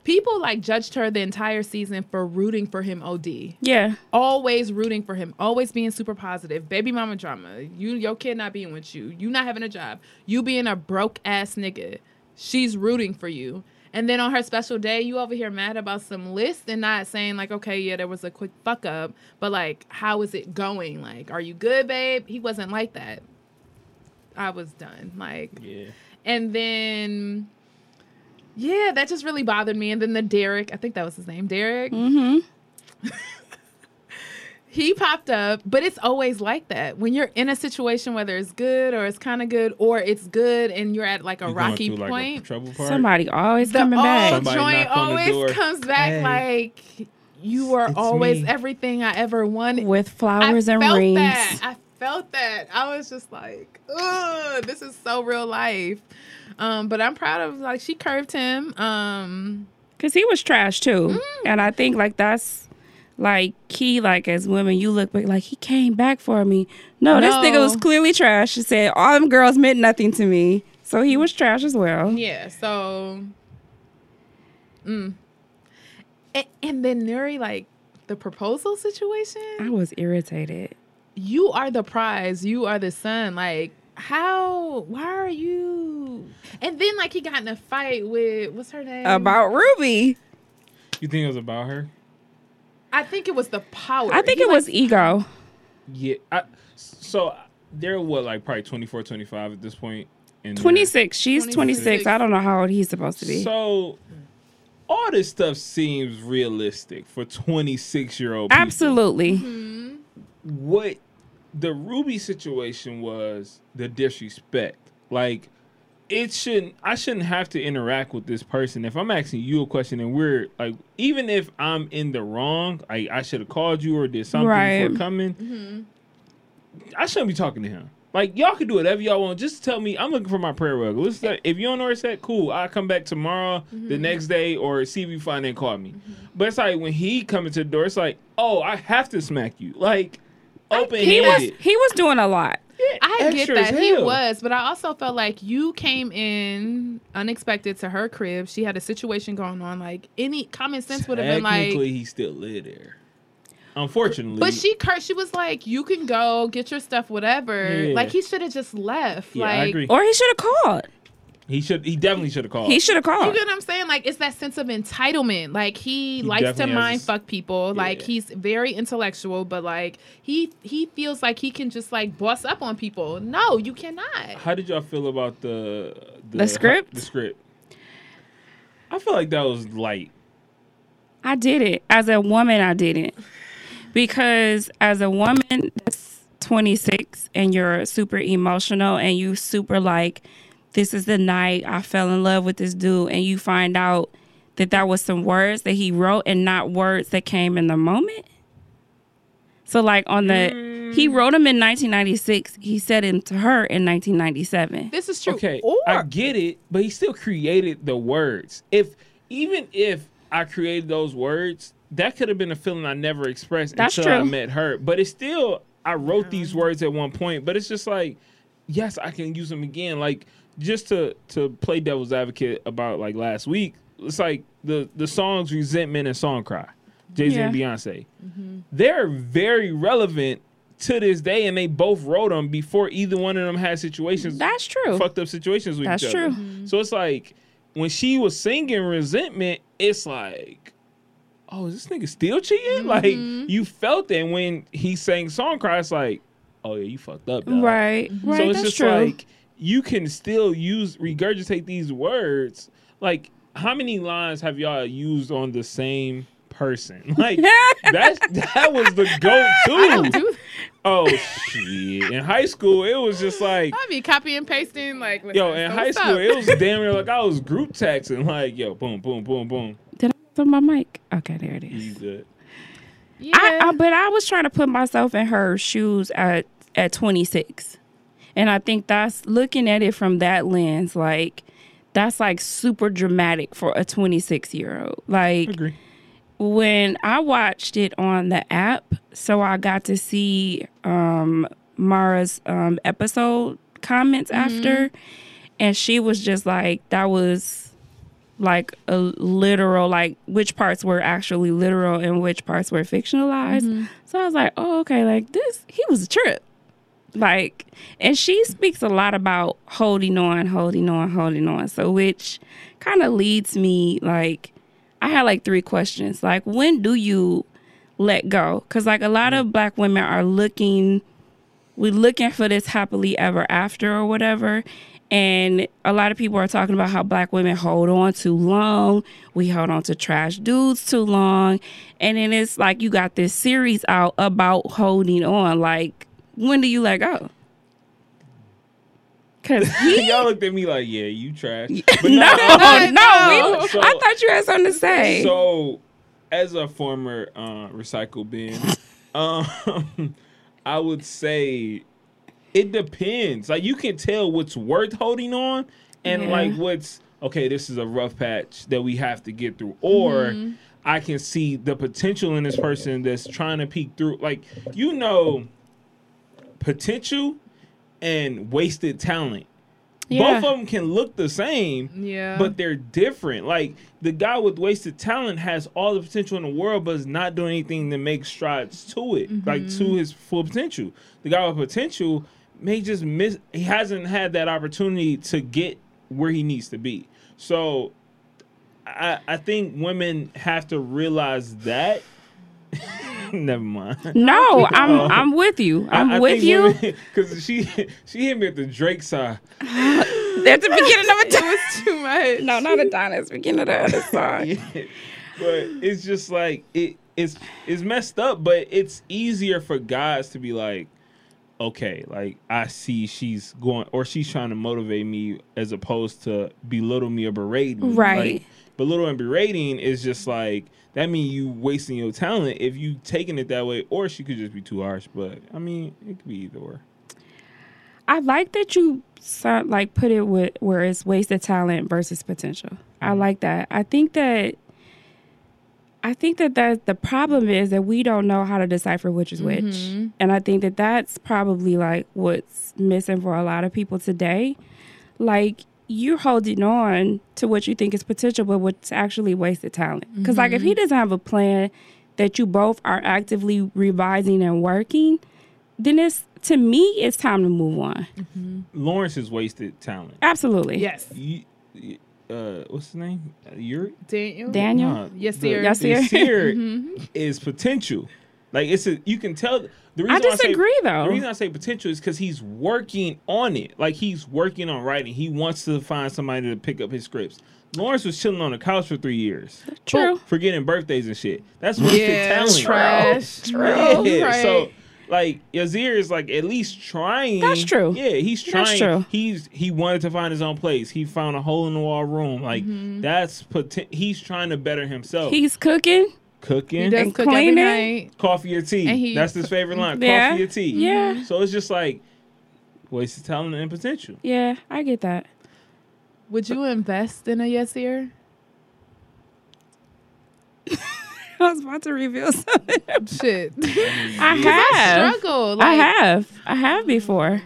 Speaker 3: people like judged her the entire season for rooting for him. Od
Speaker 2: Yeah.
Speaker 3: always rooting for him, always being super positive. Baby mama drama. You your kid not being with you. You not having a job. You being a broke ass nigga. She's rooting for you. And then on her special day, you over here mad about some list and not saying like, okay, yeah, there was a quick fuck up, but like, how is it going? Like, are you good, babe? He wasn't like that. I was done. Like,
Speaker 4: Yeah.
Speaker 3: and then yeah, that just really bothered me. And then the Derek, I think that was his name, Derek.
Speaker 2: Mm-hmm.
Speaker 3: he popped up, but it's always like that. When you're in a situation, whether it's good or it's kind of good or it's good and you're at like a
Speaker 4: You going
Speaker 3: rocky
Speaker 4: through, like, a
Speaker 3: point,
Speaker 4: trouble part.
Speaker 2: Somebody always
Speaker 3: the
Speaker 2: coming
Speaker 3: all
Speaker 2: back.
Speaker 4: Somebody
Speaker 3: joint
Speaker 4: knocked on the door.
Speaker 3: always comes back
Speaker 4: Hey.
Speaker 3: like you are
Speaker 4: It's
Speaker 3: always
Speaker 4: me.
Speaker 3: everything I ever wanted.
Speaker 2: With flowers
Speaker 3: I
Speaker 2: and
Speaker 3: felt
Speaker 2: rings.
Speaker 3: that. I felt that. I was just like, ugh, this is so real life. Um, but I'm proud of like she curved him. Um,
Speaker 2: Cause he was trash too,
Speaker 3: Mm.
Speaker 2: and I think like that's like key. Like as women, you look but like he came back for me. No, this
Speaker 3: No.
Speaker 2: nigga was clearly trash. She said all them girls meant nothing to me, so he was trash as well.
Speaker 3: Yeah, so mm. and, and then Nuri, like the proposal
Speaker 2: I
Speaker 3: situation.
Speaker 2: was irritated.
Speaker 3: You are the prize, you are the son. Like, how why are you and then like he got in a fight with what's her name?
Speaker 2: About Ruby,
Speaker 4: You think it was about her?
Speaker 3: I think it was the power.
Speaker 2: I think
Speaker 3: He,
Speaker 2: it
Speaker 3: like,
Speaker 2: was ego.
Speaker 4: Yeah. I, so they're what like probably 24, 25 at this point. in their-
Speaker 2: Twenty six. She's twenty
Speaker 3: 26.
Speaker 2: six. I don't know how old he's supposed to be.
Speaker 4: So all this stuff seems realistic for 26 year old.
Speaker 2: Absolutely.
Speaker 4: What the Ruby situation was the disrespect. Like it shouldn't I shouldn't have to interact with this person. If I'm asking you a question and we're like even if I'm in the wrong, I, I should have called you or did something
Speaker 2: Right.
Speaker 4: before coming. I shouldn't be talking to him. Like y'all can do whatever y'all want. Just tell me I'm looking for my prayer rug. Let's start- if you don't know where it's at, cool. I'll come back tomorrow, the
Speaker 3: Mm-hmm.
Speaker 4: next day, or see if you find it and call me. But it's like when he coming to the door, it's like, oh, I have to smack you. Like open
Speaker 2: He was.
Speaker 4: handed.
Speaker 2: He was doing a lot.
Speaker 3: I get that he was, but I also felt like you came in unexpected to her crib. She had a situation going on. Like any common sense would have been like
Speaker 4: Technically, he still lived there. Unfortunately,
Speaker 3: But she cursed. She was like, "You can go get your stuff, whatever."
Speaker 4: Yeah.
Speaker 3: Like he should have just left.
Speaker 4: Yeah,
Speaker 3: like,
Speaker 4: I agree.
Speaker 2: Or he should have called.
Speaker 4: He should. He definitely should have called.
Speaker 2: He should have
Speaker 3: You
Speaker 2: called.
Speaker 3: get what I'm saying? Like it's that sense of entitlement. Like he, likes to
Speaker 4: definitely has
Speaker 3: mind
Speaker 4: this-
Speaker 3: fuck people. Like
Speaker 4: Yeah.
Speaker 3: he's very intellectual, but like he he feels like he can just like boss up on people. No, you cannot.
Speaker 4: How did y'all feel about the the,
Speaker 2: script?
Speaker 4: The script. I feel like that was light.
Speaker 2: I did it. As a woman, I didn't. Because as a woman that's 26 and you're super emotional and you super like, this is the night I fell in love with this dude, and you find out that that was some words that he wrote and not words that came in the moment. So, like, on the,
Speaker 4: Mm.
Speaker 2: he wrote him in 1996, he said him to her in 1997.
Speaker 3: This is true.
Speaker 4: Okay,
Speaker 3: Or
Speaker 4: I get it, but he still created the words. If even if I created those words, that could have been a feeling I never expressed
Speaker 2: That's
Speaker 4: until I
Speaker 2: true.
Speaker 4: met her. But it's still I wrote these words at one point, but it's just like, yes, I can use them again. Like just to to play devil's advocate about like last week, it's like the the songs resentment and song cry, Jay Z and Beyonce. They're very relevant to this day, and they both wrote them before either one of them had situations.
Speaker 2: That's true.
Speaker 4: Fucked up situations with
Speaker 2: That's
Speaker 4: each other.
Speaker 2: true.
Speaker 4: So it's like when she was singing "Resentment," it's like, oh, is this nigga still cheating?
Speaker 2: Mm-hmm.
Speaker 4: Like you felt that when he sang "Song Cry," it's like, oh yeah, you fucked up. dog.
Speaker 2: Right. Right.
Speaker 4: So it's
Speaker 2: That's
Speaker 4: just
Speaker 2: true.
Speaker 4: like you can still use regurgitate these words. Like how many lines have y'all used on the same person? *laughs* Like that that was the
Speaker 2: *laughs*
Speaker 4: go to.
Speaker 3: Dude,
Speaker 4: Oh shit. In high school it was just like
Speaker 3: I'd be copy and pasting like. listen,
Speaker 4: yo, in
Speaker 3: so
Speaker 4: high
Speaker 3: what's
Speaker 4: school
Speaker 3: up?
Speaker 4: it was damn near like I was group texting like yo boom boom boom boom.
Speaker 2: Did I on my mic? Okay, there it is.
Speaker 4: You good.
Speaker 3: Yeah.
Speaker 2: I, I, but I was trying to put myself in her shoes at at 26, and I think that's looking at it from that lens. Like that's like super dramatic for a 26 year old. Like
Speaker 4: Agree.
Speaker 2: when I watched it on the app, so I got to see um, Mara's um, episode comments after, and she was just like, "That was like a literal, like which parts were actually literal and which parts were fictionalized." So I was like, "Oh, okay, like this, he was a trip." Like, and she speaks a lot about holding on, holding on, holding on. So, which kind of leads me like, I had like three questions. Like, when do you let go? Because like a lot of black women are looking, we looking for this happily ever after or whatever. And a lot of people are talking about how black women hold on too long. We hold on to trash dudes too long. And then it's like you got this series out about holding on. Like, when do you let go? Cause he,
Speaker 4: *laughs* y'all looked at me like, yeah, you trash. *laughs* But
Speaker 2: *laughs* no, no,
Speaker 3: no.
Speaker 2: we- I thought you had something to say.
Speaker 4: So, as a former uh, recycle bin,
Speaker 2: *laughs*
Speaker 4: um, I would say it depends. Like you can tell what's worth holding on, and
Speaker 2: Yeah.
Speaker 4: like what's okay. This is a rough patch that we have to get through, or.
Speaker 2: Mm-hmm.
Speaker 4: I can see the potential in this person that's trying to peek through. Like, you know, potential and wasted talent.
Speaker 2: Yeah.
Speaker 4: Both of them can look the same,
Speaker 3: yeah.
Speaker 4: but they're different. Like the guy with wasted talent has all the potential in the world, but is not doing anything to make strides to it, like
Speaker 2: Mm-hmm.
Speaker 4: to his full potential. The guy with potential may just miss. He hasn't had that opportunity to get where he needs to be. So, I I think women have to realize that. *laughs* Never mind.
Speaker 2: No, I'm
Speaker 4: Oh.
Speaker 2: I'm with you.
Speaker 4: I-
Speaker 2: I'm
Speaker 4: I
Speaker 2: with
Speaker 4: think
Speaker 2: you
Speaker 4: women- *laughs* Cause she she hit me at the Drake side.
Speaker 2: at the beginning of
Speaker 3: it was too much.
Speaker 2: no, not Adonis. Beginning of the other song.
Speaker 4: Yeah. but it's just like it it's it's messed up but it's easier for guys to be like okay like i see she's going or she's trying to motivate me as opposed to belittle me or berate me
Speaker 2: Right.
Speaker 4: Like, belittle and berating is just like that mean you wasting your talent if you taking it that way or she could just be too harsh but i mean it could be either or
Speaker 2: I like that you so- like put it with where it's wasted talent versus potential. I like that. I think that I think that that the problem is that we don't know how to decipher which is which, and I think that that's probably like what's missing for a lot of people today. Like you're holding on to what you think is potential, but what's actually wasted talent. Because like if he doesn't have a plan that you both are actively revising and working, then it's to me it's time to move on.
Speaker 4: lawrence is wasted talent
Speaker 2: Absolutely.
Speaker 3: Yes.
Speaker 4: you, you- uh what's his name Uh, you're
Speaker 3: Daniel.
Speaker 2: Daniel.
Speaker 4: Nah,
Speaker 3: Yes,
Speaker 4: the-
Speaker 3: sir. Mm-hmm.
Speaker 4: the
Speaker 2: Yes, sir.
Speaker 4: seer is potential. Like it's a, you can tell. The reason
Speaker 2: I disagree
Speaker 4: say, The reason
Speaker 2: though.
Speaker 4: I say potential is because he's working on it. Like he's working on writing. He wants to find somebody to pick up his scripts. Lawrence was chilling on the couch for three years,
Speaker 2: True.
Speaker 4: forgetting birthdays and shit. That's wasted
Speaker 3: Yeah.
Speaker 4: talent.
Speaker 3: Trash.
Speaker 4: bro. *laughs*
Speaker 2: Oh,
Speaker 4: Yeah,
Speaker 3: Right.
Speaker 4: So like Yazir is like at least trying.
Speaker 2: That's true.
Speaker 4: Yeah, he's trying.
Speaker 2: That's true.
Speaker 4: He's he wanted to find his own place. He found a hole in the wall room. Like
Speaker 2: Mm-hmm.
Speaker 4: that's poten- he's trying to better himself.
Speaker 2: He's cooking.
Speaker 4: cooking.
Speaker 3: He does
Speaker 2: And
Speaker 3: cook every
Speaker 2: cleaning.
Speaker 3: night.
Speaker 4: Coffee or tea.
Speaker 3: And he-
Speaker 4: That's his favorite line.
Speaker 2: Yeah.
Speaker 4: Coffee or tea.
Speaker 2: Yeah.
Speaker 4: So it's just like wasted talent and potential.
Speaker 2: Yeah, I get that.
Speaker 3: Would you invest in a yes ear?
Speaker 2: *laughs* I was about to reveal something. *laughs*
Speaker 3: Shit.
Speaker 2: I have.
Speaker 3: *laughs* Struggle. Like,
Speaker 2: I have. I have before.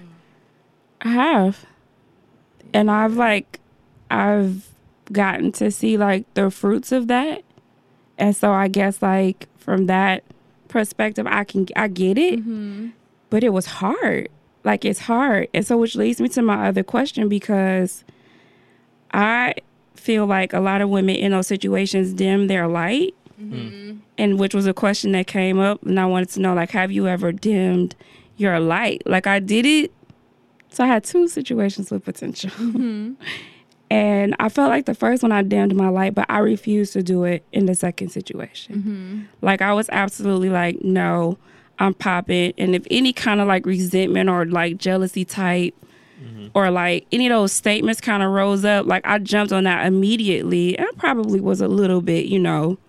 Speaker 2: I have. And I've like I've gotten to see like the fruits of that. And so I guess like from that perspective I can I get it. but it was hard. Like it's hard. And so which leads me to my other question because I feel like a lot of women in those situations dim their light. And which was a question that came up and I wanted to know like have you ever dimmed your light? Like I did it so I had two situations with potential. *laughs* And I felt like the first one I dimmed my light, but I refused to do it in the second situation. Like I was absolutely like, no, I'm popping. And if any kind of like resentment or like jealousy type or like any of those statements kind of rose up, like I jumped on that immediately. I probably was a little bit, you know,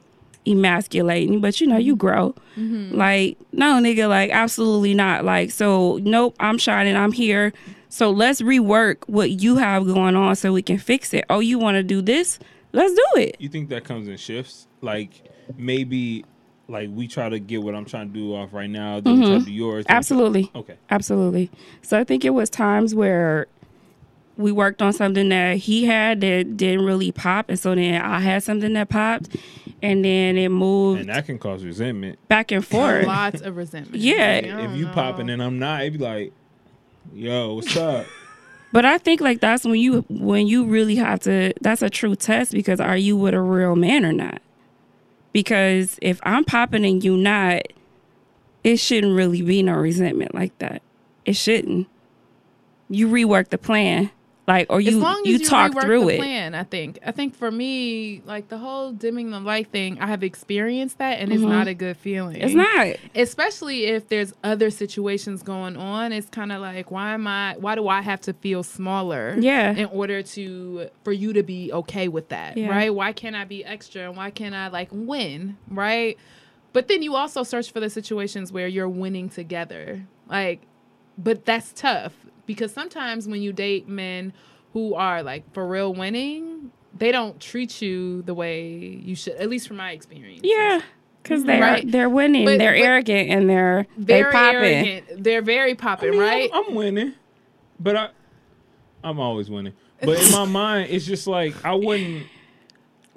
Speaker 2: emasculating, but you know, you grow. Like, no, nigga, like absolutely not. Like, so nope, I'm shining, I'm here. So let's rework what you have going on so we can fix it. Oh, you want to do this? Let's do it.
Speaker 4: You think that comes in shifts? Like maybe like we try to get what I'm trying to do off right now, then we try to
Speaker 2: Mm-hmm.
Speaker 4: do yours. then we try-
Speaker 2: Absolutely.
Speaker 4: Okay.
Speaker 2: Absolutely. So I think it was times where we worked on something that he had that didn't really pop, and so then I had something that popped, and then it moved
Speaker 4: And that can cause resentment.
Speaker 2: back and forth.
Speaker 3: Lots of resentment.
Speaker 2: Yeah.
Speaker 3: Like, I
Speaker 4: If
Speaker 3: don't
Speaker 4: you pop and
Speaker 3: know.
Speaker 4: then I'm not, it'd be like, yo, what's up?
Speaker 2: But I think like that's when you when you really have to. That's a true test because are you with a real man or not? Because if I'm popping and you not, it shouldn't really be no resentment like that. It shouldn't. You rework the plan, like or you
Speaker 3: as long as
Speaker 2: you,
Speaker 3: you,
Speaker 2: talk
Speaker 3: rework
Speaker 2: through
Speaker 3: the
Speaker 2: it.
Speaker 3: Plan, I think. I think for me, like the whole dimming the light thing, I have experienced that, and it's not a good feeling.
Speaker 2: Mm-hmm. It's not.
Speaker 3: especially if there's other situations going on it's kind of like why am i why do i have to feel smaller
Speaker 2: Yeah.
Speaker 3: in order to for you to be okay with that
Speaker 2: Yeah.
Speaker 3: right why can't i be extra and why can't i like win right but then you also search for the situations where you're winning together like but that's tough because sometimes when you date men who are like for real winning they don't treat you the way you should at least from my experience
Speaker 2: Yeah, because they're
Speaker 3: Mm-hmm. Right.
Speaker 2: they're winning,
Speaker 3: But-
Speaker 2: they're
Speaker 3: but-
Speaker 2: arrogant, and they're they
Speaker 3: very
Speaker 2: popping.
Speaker 3: arrogant. They're very popping,
Speaker 4: I mean,
Speaker 3: right?
Speaker 4: I'm, I'm winning, but I, I'm always winning. But in my mind, it's just like I wouldn't.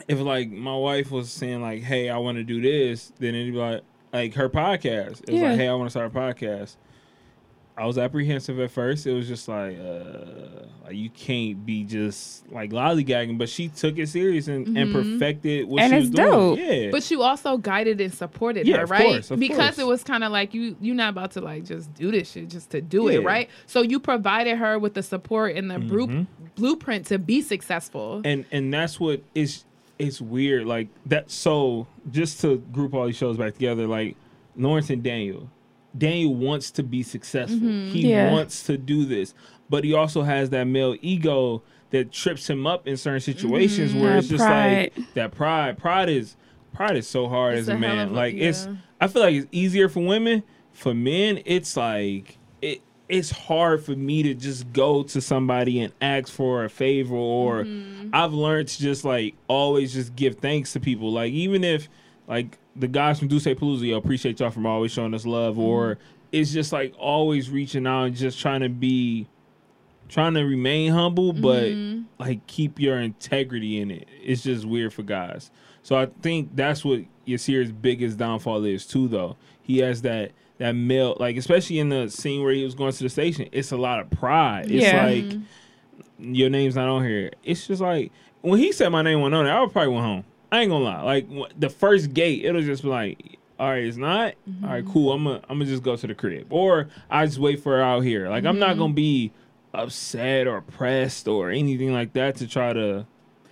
Speaker 4: If like my wife was saying like, "Hey, I want to do this," then it'd be like, like her podcast. It was
Speaker 2: Yeah.
Speaker 4: like, "Hey, I want to start a podcast." I was apprehensive at first. It was just like, uh, like, you can't be just like lollygagging. But she took it serious and, and perfected what
Speaker 2: And
Speaker 4: she
Speaker 2: it's
Speaker 4: was doing.
Speaker 2: dope.
Speaker 4: Yeah,
Speaker 3: But you also guided and supported
Speaker 4: Yeah,
Speaker 3: her,
Speaker 4: of
Speaker 3: right?
Speaker 4: course, of
Speaker 3: because
Speaker 4: course.
Speaker 3: it was kind of like you you're not about to like just do this shit just to do it,
Speaker 4: Yeah.
Speaker 3: right? So you provided her with the support and the bru- blueprint to be successful.
Speaker 4: Mm-hmm. and and that's what is it's weird like that so just to group all these shows back together like lawrence and daniel daniel wants to be successful he
Speaker 2: Mm-hmm. Yeah.
Speaker 4: wants to do this but he also has that male ego that trips him up in certain situations where
Speaker 2: Mm-hmm. That
Speaker 4: it's just
Speaker 2: pride.
Speaker 4: like that pride pride is pride is so hard
Speaker 3: It's
Speaker 4: as a,
Speaker 3: a hell
Speaker 4: man
Speaker 3: of a-
Speaker 4: like it's
Speaker 3: yeah.
Speaker 4: i feel like it's easier for women for men it's like it it's hard for me to just go to somebody and ask for a favor or
Speaker 3: Mm-hmm.
Speaker 4: I've learned to just like always just give thanks to people. Like even if like the guys from Duce Palooza, yo, appreciate y'all from always showing us love or
Speaker 3: Mm-hmm.
Speaker 4: it's just like always reaching out and just trying to be trying to remain humble but like keep your integrity in it. It's just weird for guys. So I think that's what Yasir's biggest downfall is too though. He has that that male like especially in the scene where he was going to the station, it's a lot of pride. It's
Speaker 2: Yeah.
Speaker 4: like your name's not on here. It's just like when he said my name wasn't on there, I would probably went home. I ain't gonna lie. Like wh- the first gate, it'll just be like, all right, it's not. All right, cool. I'm gonna I'm gonna just go to the crib, or I just wait for her out here. Like I'm not
Speaker 3: Mm-hmm.
Speaker 4: gonna be upset or pressed or anything like that to try to.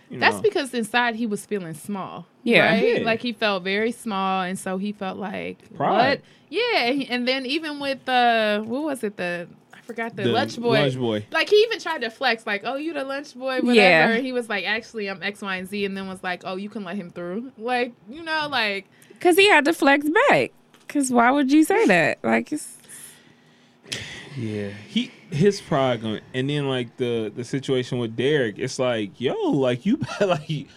Speaker 4: You
Speaker 3: That's
Speaker 4: know.
Speaker 3: because inside he was feeling small.
Speaker 2: Yeah.
Speaker 3: Right?
Speaker 4: Yeah.
Speaker 3: Like he felt very small and so he felt like
Speaker 4: Pride.
Speaker 3: what? Yeah, and- and then even with the what was it the I forgot the,
Speaker 4: The
Speaker 3: lunch boy.
Speaker 4: lunch boy.
Speaker 3: Like he even tried to flex like, "Oh, you the lunch boy whatever."
Speaker 2: Yeah.
Speaker 3: He was like, "Actually, I'm X Y and Z." And then was like, "Oh, you can let him through." Like, you know, like
Speaker 2: Because he had to flex back. Because why would you say that? Like it's
Speaker 4: Yeah, he his pride, gonna- and then like the the situation with Derek, it's like yo, like you *laughs* like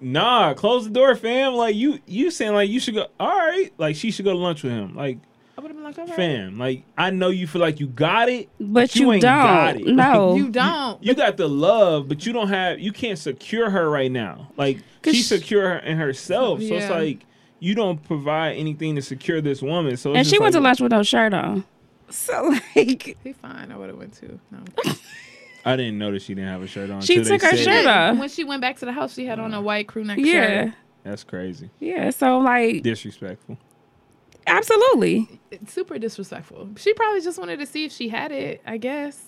Speaker 4: nah, close the door, fam. Like you you saying like you should go. All right, like she should go to lunch with him. Like
Speaker 3: I would have been like, "All right."
Speaker 4: fam, like I know you feel like you got it,
Speaker 2: but you, don't. No.
Speaker 3: *laughs* You don't.
Speaker 4: you got the love, but you don't have. You can't secure her right now. Like
Speaker 2: 'Cause
Speaker 4: she's
Speaker 2: she-
Speaker 4: secure her in herself, so it's
Speaker 3: Yeah.
Speaker 4: like you don't provide anything to secure this woman. So it's
Speaker 2: and
Speaker 4: just
Speaker 2: she went to
Speaker 4: like-
Speaker 2: lunch with no shirt on. So like
Speaker 3: He fine. I would have went too. No.
Speaker 4: I didn't notice she didn't have a shirt on.
Speaker 2: She
Speaker 4: till they
Speaker 2: took her
Speaker 4: said
Speaker 2: shirt
Speaker 4: it.
Speaker 2: off. Yeah.
Speaker 3: When she went back to the house, she had on a white crew neck
Speaker 2: *laughs* yeah.
Speaker 3: shirt.
Speaker 4: That's crazy.
Speaker 2: Yeah, so like
Speaker 4: Disrespectful.
Speaker 2: absolutely.
Speaker 3: It's super disrespectful. She probably just wanted to see if she had it. I guess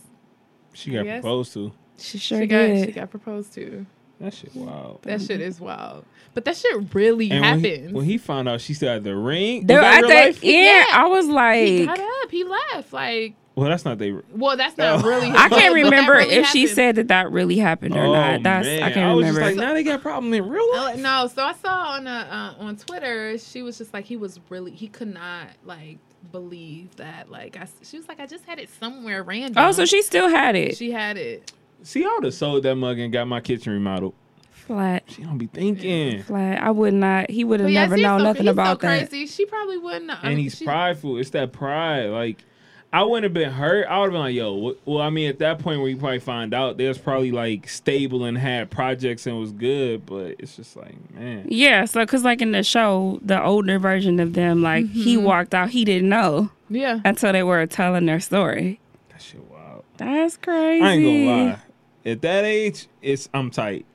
Speaker 4: She got
Speaker 3: Yes.
Speaker 4: proposed to.
Speaker 2: She sure
Speaker 3: she got
Speaker 2: did.
Speaker 3: she got proposed to.
Speaker 4: That shit wild.
Speaker 3: That shit is wild. But that shit really
Speaker 4: And when
Speaker 3: happened.
Speaker 4: he- When he, found out she still had the ring,
Speaker 2: Though
Speaker 4: was that
Speaker 2: I
Speaker 4: real
Speaker 2: think
Speaker 4: life?
Speaker 2: yeah,
Speaker 3: Yeah.
Speaker 2: I was
Speaker 3: he
Speaker 2: like
Speaker 3: got up. He left. Like,
Speaker 4: Well, that's not they.
Speaker 3: well, that's not
Speaker 4: Oh. *laughs*
Speaker 3: really. his
Speaker 2: I
Speaker 3: fault,
Speaker 2: can't
Speaker 3: but that
Speaker 2: remember
Speaker 3: really
Speaker 2: if she
Speaker 3: happened.
Speaker 2: said that that really happened or
Speaker 4: oh,
Speaker 2: not. That's
Speaker 4: man.
Speaker 2: I can't
Speaker 4: was
Speaker 2: remember.
Speaker 4: just like, now they got problem in real
Speaker 3: I
Speaker 4: life.
Speaker 3: like- Oh, No, so I saw on uh, uh, on Twitter, she was just like he was really he could not like believe that like I, she was like I just had it somewhere random.
Speaker 2: oh, so she still had it.
Speaker 3: she had it.
Speaker 4: See, I would have sold that mug and got my kitchen remodeled.
Speaker 2: flat,
Speaker 4: She don't be thinking.
Speaker 2: flat. I would not. He would have
Speaker 3: But yeah,
Speaker 2: never
Speaker 3: she's
Speaker 2: known
Speaker 3: so,
Speaker 2: nothing
Speaker 3: he's
Speaker 2: about
Speaker 3: so
Speaker 2: that.
Speaker 3: crazy. She probably wouldn't. I
Speaker 4: And
Speaker 3: mean,
Speaker 4: he's
Speaker 3: she-
Speaker 4: prideful. It's that pride. Like, I wouldn't have been hurt. I would have been like, yo, what? well, I mean, at that point where you probably find out, they was probably like stable and had projects and was good, but it's just like, man.
Speaker 2: Yeah, so because like in the show, the older version of them, like he
Speaker 3: Mm-hmm.
Speaker 2: walked out, he didn't know
Speaker 3: Yeah,
Speaker 2: until they were telling their story.
Speaker 4: That shit wild.
Speaker 2: That's crazy.
Speaker 4: I ain't gonna lie. At that age, it's I'm tight.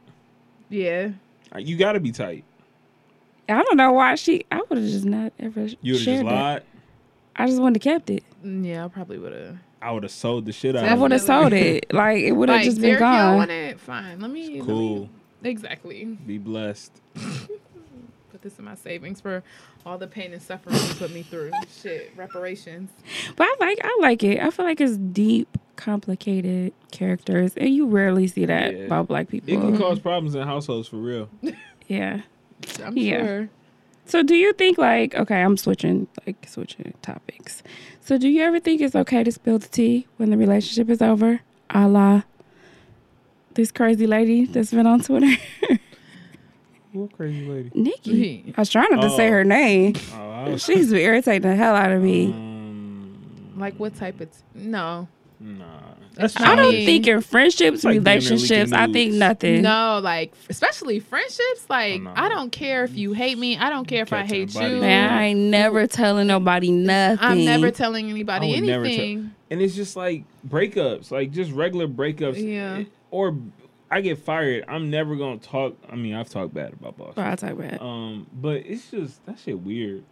Speaker 3: yeah.
Speaker 4: You gotta be tight.
Speaker 2: I don't know why she. I would have just not ever
Speaker 4: You would have
Speaker 2: shared
Speaker 4: just
Speaker 2: it.
Speaker 4: lied.
Speaker 2: I just wouldn't have kept it.
Speaker 3: Mm, Yeah, I probably would have.
Speaker 4: I would have sold the shit out
Speaker 2: I
Speaker 3: That
Speaker 4: of
Speaker 2: would
Speaker 4: it.
Speaker 2: have sold it. Like it would have
Speaker 3: Like,
Speaker 2: just been
Speaker 3: Derek Hill
Speaker 2: gone.
Speaker 3: on it. Fine. Let me. let me-
Speaker 4: Cool.
Speaker 3: exactly.
Speaker 4: Be blessed.
Speaker 3: Put this in my savings for all the pain and suffering you put me through. Shit, reparations.
Speaker 2: But I like I like it. I feel like it's deep, complicated characters, and you rarely see that
Speaker 4: Yeah.
Speaker 2: about black
Speaker 4: It
Speaker 2: people.
Speaker 4: can cause problems in households for real.
Speaker 2: yeah.
Speaker 3: I'm
Speaker 2: Yeah.
Speaker 3: sure.
Speaker 2: So do you think like okay, I'm switching like switching topics. So do you ever think it's okay to spill the tea when the relationship is over? A la this crazy lady that's been on Twitter. *laughs*
Speaker 4: What crazy lady?
Speaker 2: Nikki. I was trying not to say
Speaker 4: Oh.
Speaker 2: her name.
Speaker 4: Oh, I was,
Speaker 2: She's been irritating the hell out of me.
Speaker 4: um,
Speaker 3: *laughs* Like what type of t- no?
Speaker 4: nah. That's
Speaker 3: I
Speaker 2: I don't
Speaker 4: childish.
Speaker 2: think in friendships,
Speaker 4: like damn near leaking
Speaker 2: relationships, I think
Speaker 4: nudes.
Speaker 2: nothing.
Speaker 3: No, like especially friendships. Like
Speaker 4: Oh, no.
Speaker 3: I don't care if you hate me. I don't care if I
Speaker 4: Catching
Speaker 3: hate
Speaker 4: bodies.
Speaker 3: you.
Speaker 2: Man, I ain't never telling nobody nothing.
Speaker 3: I'm never telling
Speaker 4: I
Speaker 3: anybody
Speaker 4: would never tell-
Speaker 3: anything.
Speaker 4: And it's just like breakups, like just regular breakups.
Speaker 3: Yeah.
Speaker 4: Or I get fired. I'm never gonna talk. I mean, I've talked bad about bosses.
Speaker 2: Bro, I talk about.
Speaker 4: Um, but it's just that shit weird.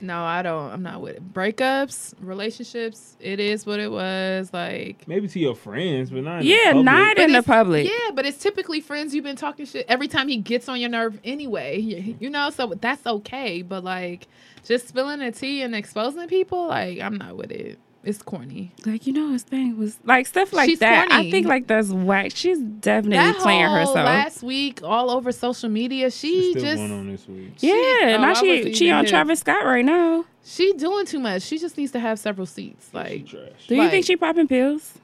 Speaker 3: no, I don't. I'm not with it. Breakups, relationships. It is what it was. Like
Speaker 4: Maybe to your friends, but not. in
Speaker 2: Yeah,
Speaker 4: public.
Speaker 2: not in the
Speaker 3: it's-
Speaker 2: public.
Speaker 3: Yeah, but it's typically friends you've been talking shit every time he gets on your nerve anyway. You you know, so that's okay. But like just spilling the tea and exposing people, like I'm not with it. It's corny.
Speaker 2: Like you know, his thing was like stuff like
Speaker 3: She's
Speaker 2: that. I
Speaker 3: corny.
Speaker 2: think like that's whack. She's definitely
Speaker 3: that
Speaker 2: playing
Speaker 3: whole
Speaker 2: herself.
Speaker 3: last week all over social media,
Speaker 4: It's
Speaker 3: she
Speaker 4: still
Speaker 3: just
Speaker 4: going on this week.
Speaker 2: yeah,
Speaker 3: oh, I
Speaker 2: now she
Speaker 3: wasn't
Speaker 2: she
Speaker 3: even
Speaker 2: on
Speaker 3: here.
Speaker 2: Travis Scott right now.
Speaker 3: She doing too much. She just needs to have several seats.
Speaker 4: She
Speaker 3: Like,
Speaker 4: trash
Speaker 2: Do you
Speaker 3: Like-
Speaker 2: think she popping pills?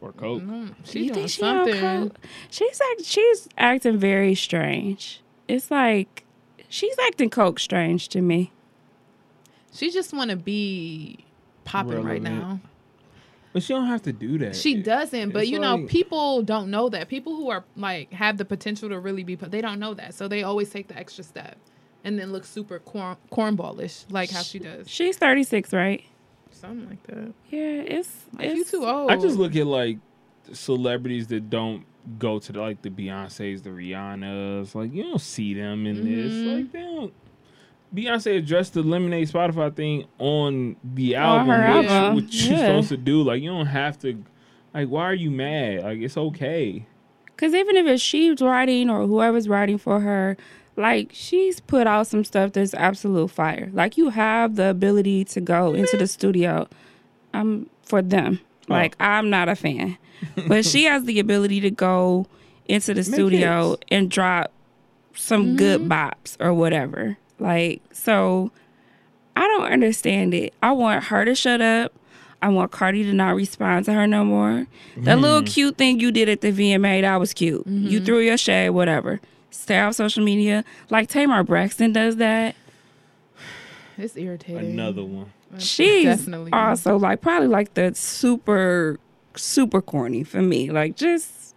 Speaker 4: or coke.
Speaker 3: mm, she
Speaker 2: Do you
Speaker 3: doing
Speaker 2: think she on
Speaker 3: something.
Speaker 2: coke? She's act she's acting very strange. It's like she's acting coke strange to me.
Speaker 3: She just want to be popping right
Speaker 4: Relevant.
Speaker 3: now.
Speaker 4: But she don't have to do that.
Speaker 3: She
Speaker 4: It-
Speaker 3: doesn't, but
Speaker 4: it's
Speaker 3: you know,
Speaker 4: like-
Speaker 3: people don't know that. People who are like have the potential to really be, but they don't know that, so they always take the extra step, and then look super corn cornballish, like how she does,
Speaker 2: She's thirty six, right?
Speaker 3: something like that.
Speaker 2: Yeah, it's,
Speaker 3: Like,
Speaker 2: it's
Speaker 3: you too old.
Speaker 4: I
Speaker 2: Oh.
Speaker 4: just look at like celebrities that don't go to the, like the Beyonces, the Rihannas. Like you don't see them in this.
Speaker 2: Mm-hmm.
Speaker 3: Mhm.
Speaker 4: Like they don't. Beyonce addressed the Lemonade Spotify thing on the
Speaker 2: On
Speaker 4: album,
Speaker 2: her
Speaker 4: which,
Speaker 2: album,
Speaker 4: which you're
Speaker 2: yeah.
Speaker 4: supposed to do. Like you don't have to. Like why are you mad? Like it's okay.
Speaker 2: Because even if it's she's writing or whoever's writing for her, like she's put out some stuff that's absolute fire. Like you have the ability to go into the studio. um, for them.
Speaker 3: Oh.
Speaker 2: Like I'm not a fan, but she has the ability to go into the studio
Speaker 4: hits.
Speaker 2: and drop some good
Speaker 3: Mm-hmm.
Speaker 2: bops or whatever. Like so, I don't understand it. I want her to shut up. I want Cardi to not respond to her no more. That little
Speaker 4: Mm.
Speaker 2: cute thing you did at the VMA, that was cute. You threw your shade, whatever. Stay off social media. Like Tamar Braxton does that.
Speaker 3: it's irritating.
Speaker 4: Another one.
Speaker 2: She's
Speaker 3: Mm, Definitely.
Speaker 2: also like probably like the super super corny for me. Like just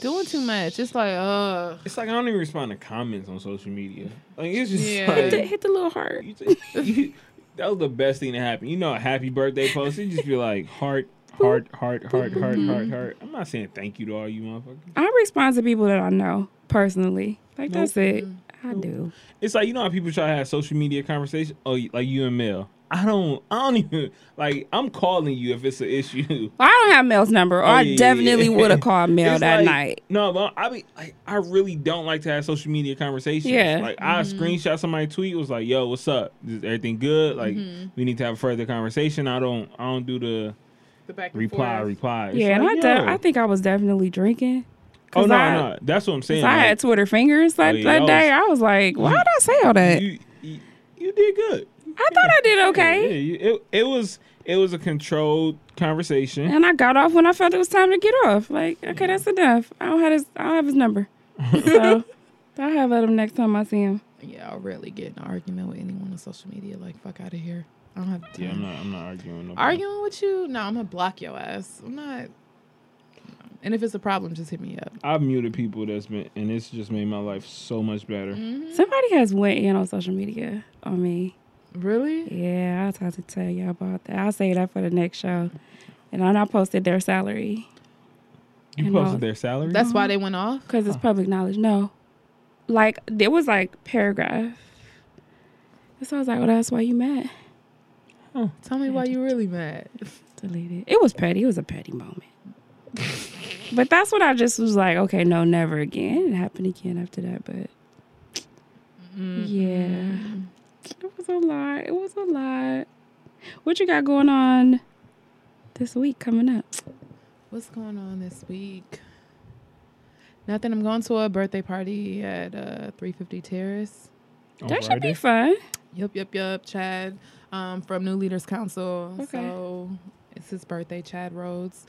Speaker 3: doing too much. It's like, uh,
Speaker 4: It's like I don't even respond to comments on social media. Like it's just
Speaker 3: Yeah.
Speaker 4: *laughs* like
Speaker 2: hit the, hit the little heart.
Speaker 4: *laughs* you, just- you- that was the best thing that happened. You know, a happy birthday post. It just be like heart, heart, heart, heart, heart,
Speaker 2: Mm-hmm.
Speaker 4: heart, heart. I'm not saying thank you to all you motherfuckers.
Speaker 2: I respond to people that I know personally. Like that's it. I do.
Speaker 4: It's like you know how people try to have social media conversation. Oh, you- like you and Mel. I don't. I don't even like. I'm calling you if it's an issue.
Speaker 2: Well, I don't have Mel's number, or
Speaker 4: Oh,
Speaker 2: I
Speaker 4: yeah, yeah,
Speaker 2: definitely
Speaker 4: yeah.
Speaker 2: would have
Speaker 4: *laughs*
Speaker 2: called *laughs* Mel
Speaker 4: It's
Speaker 2: that
Speaker 4: like-
Speaker 2: night.
Speaker 4: No, but I be like, I really don't like to have social media conversations.
Speaker 2: Yeah. Mm-hmm.
Speaker 4: like I screenshot somebody tweet was like, "Yo, what's up? Is everything good? Like
Speaker 2: Mm-hmm.
Speaker 4: we need to have a further conversation." I don't. I don't do the
Speaker 3: The back and
Speaker 4: reply.
Speaker 3: forth.
Speaker 4: Reply. It's
Speaker 2: Yeah, and I,
Speaker 4: like,
Speaker 2: de-
Speaker 4: yo.
Speaker 2: I think I was definitely drinking.
Speaker 4: Oh
Speaker 2: 'Cause
Speaker 4: no,
Speaker 2: I,
Speaker 4: no, that's what I'm
Speaker 2: 'cause
Speaker 4: saying.
Speaker 2: I
Speaker 4: like, oh,
Speaker 2: had Twitter fingers that,
Speaker 4: yeah,
Speaker 2: that
Speaker 4: I
Speaker 2: day. I was like, why did I say all that?
Speaker 4: you, you, you did good.
Speaker 2: I thought I did okay.
Speaker 4: Yeah, you- it, it was it was a controlled conversation.
Speaker 2: And I got off when I felt it was time to get off. Like, okay, that's enough. I don't have his I don't have his
Speaker 4: *laughs*
Speaker 2: number. so I'll have at him next time I see him.
Speaker 3: Yeah, I'll rarely get in an argument with anyone on social media. Like, fuck out of here. I don't have time.
Speaker 4: Yeah, I'm not. I'm not arguing. No
Speaker 3: Arguing with you? No, I'm gonna block your ass. I'm not. And if it's a problem, just hit me up.
Speaker 4: I've muted people that's been, and it's just made my life so much better.
Speaker 2: Mm-hmm. Somebody has went in on social media on me.
Speaker 3: Really?
Speaker 2: Yeah, I'll have to tell y'all about that. I'll say that for the next show. And then I posted their salary
Speaker 4: You
Speaker 2: And
Speaker 4: posted
Speaker 2: all-
Speaker 4: their salary.
Speaker 3: That's why they went off.
Speaker 2: because it's public knowledge. No, like there was like paragraph. So I was like, well, that's why you mad.
Speaker 3: Tell me why you really mad.
Speaker 2: Deleted. It was petty. It was a petty moment. but that's when I just was like, okay, no, never again. It happened again after that, but
Speaker 3: Mm-hmm.
Speaker 2: yeah, it was a lot. It was a lot. What you got going on this week coming up?
Speaker 3: What's going on this week? Nothing. I'm going to a birthday party at uh, 350 Terrace.
Speaker 4: On
Speaker 2: that should be
Speaker 4: Friday?
Speaker 2: fun.
Speaker 3: Yep, yep, yep. Chad um, from New Leaders Council.
Speaker 2: Okay.
Speaker 3: So it's his birthday, Chad Rhodes.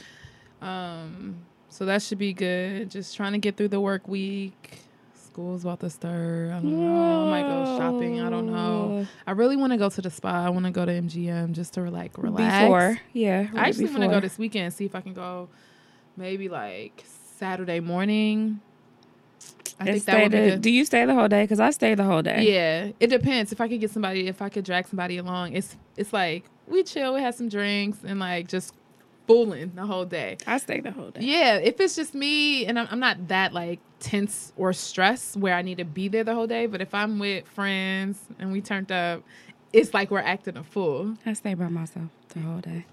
Speaker 3: Um, so that should be good. Just trying to get through the work week. School's about to stir. I don't know. I might go Oh shopping. I don't know. I really want to go to the spa. I want to go to MGM just to like relax.
Speaker 2: Before, yeah, right
Speaker 3: I actually want to
Speaker 2: before.
Speaker 3: go this weekend see if I can go maybe like Saturday morning. I
Speaker 2: And
Speaker 3: think
Speaker 2: stay
Speaker 3: that would be
Speaker 2: the-
Speaker 3: good.
Speaker 2: Do you stay the whole day? Because I stay the whole day.
Speaker 3: Yeah, it depends. If I could get somebody, if I could drag somebody along, it's it's like we chill, we have some drinks, and like just fooling the whole day.
Speaker 2: I stay the whole day.
Speaker 3: Yeah, if it's just me and I'm, I'm not that like tense or stressed where I need to be there the whole day, but if I'm with friends and we turned up, it's like we're acting a fool.
Speaker 2: I stay by myself the whole day.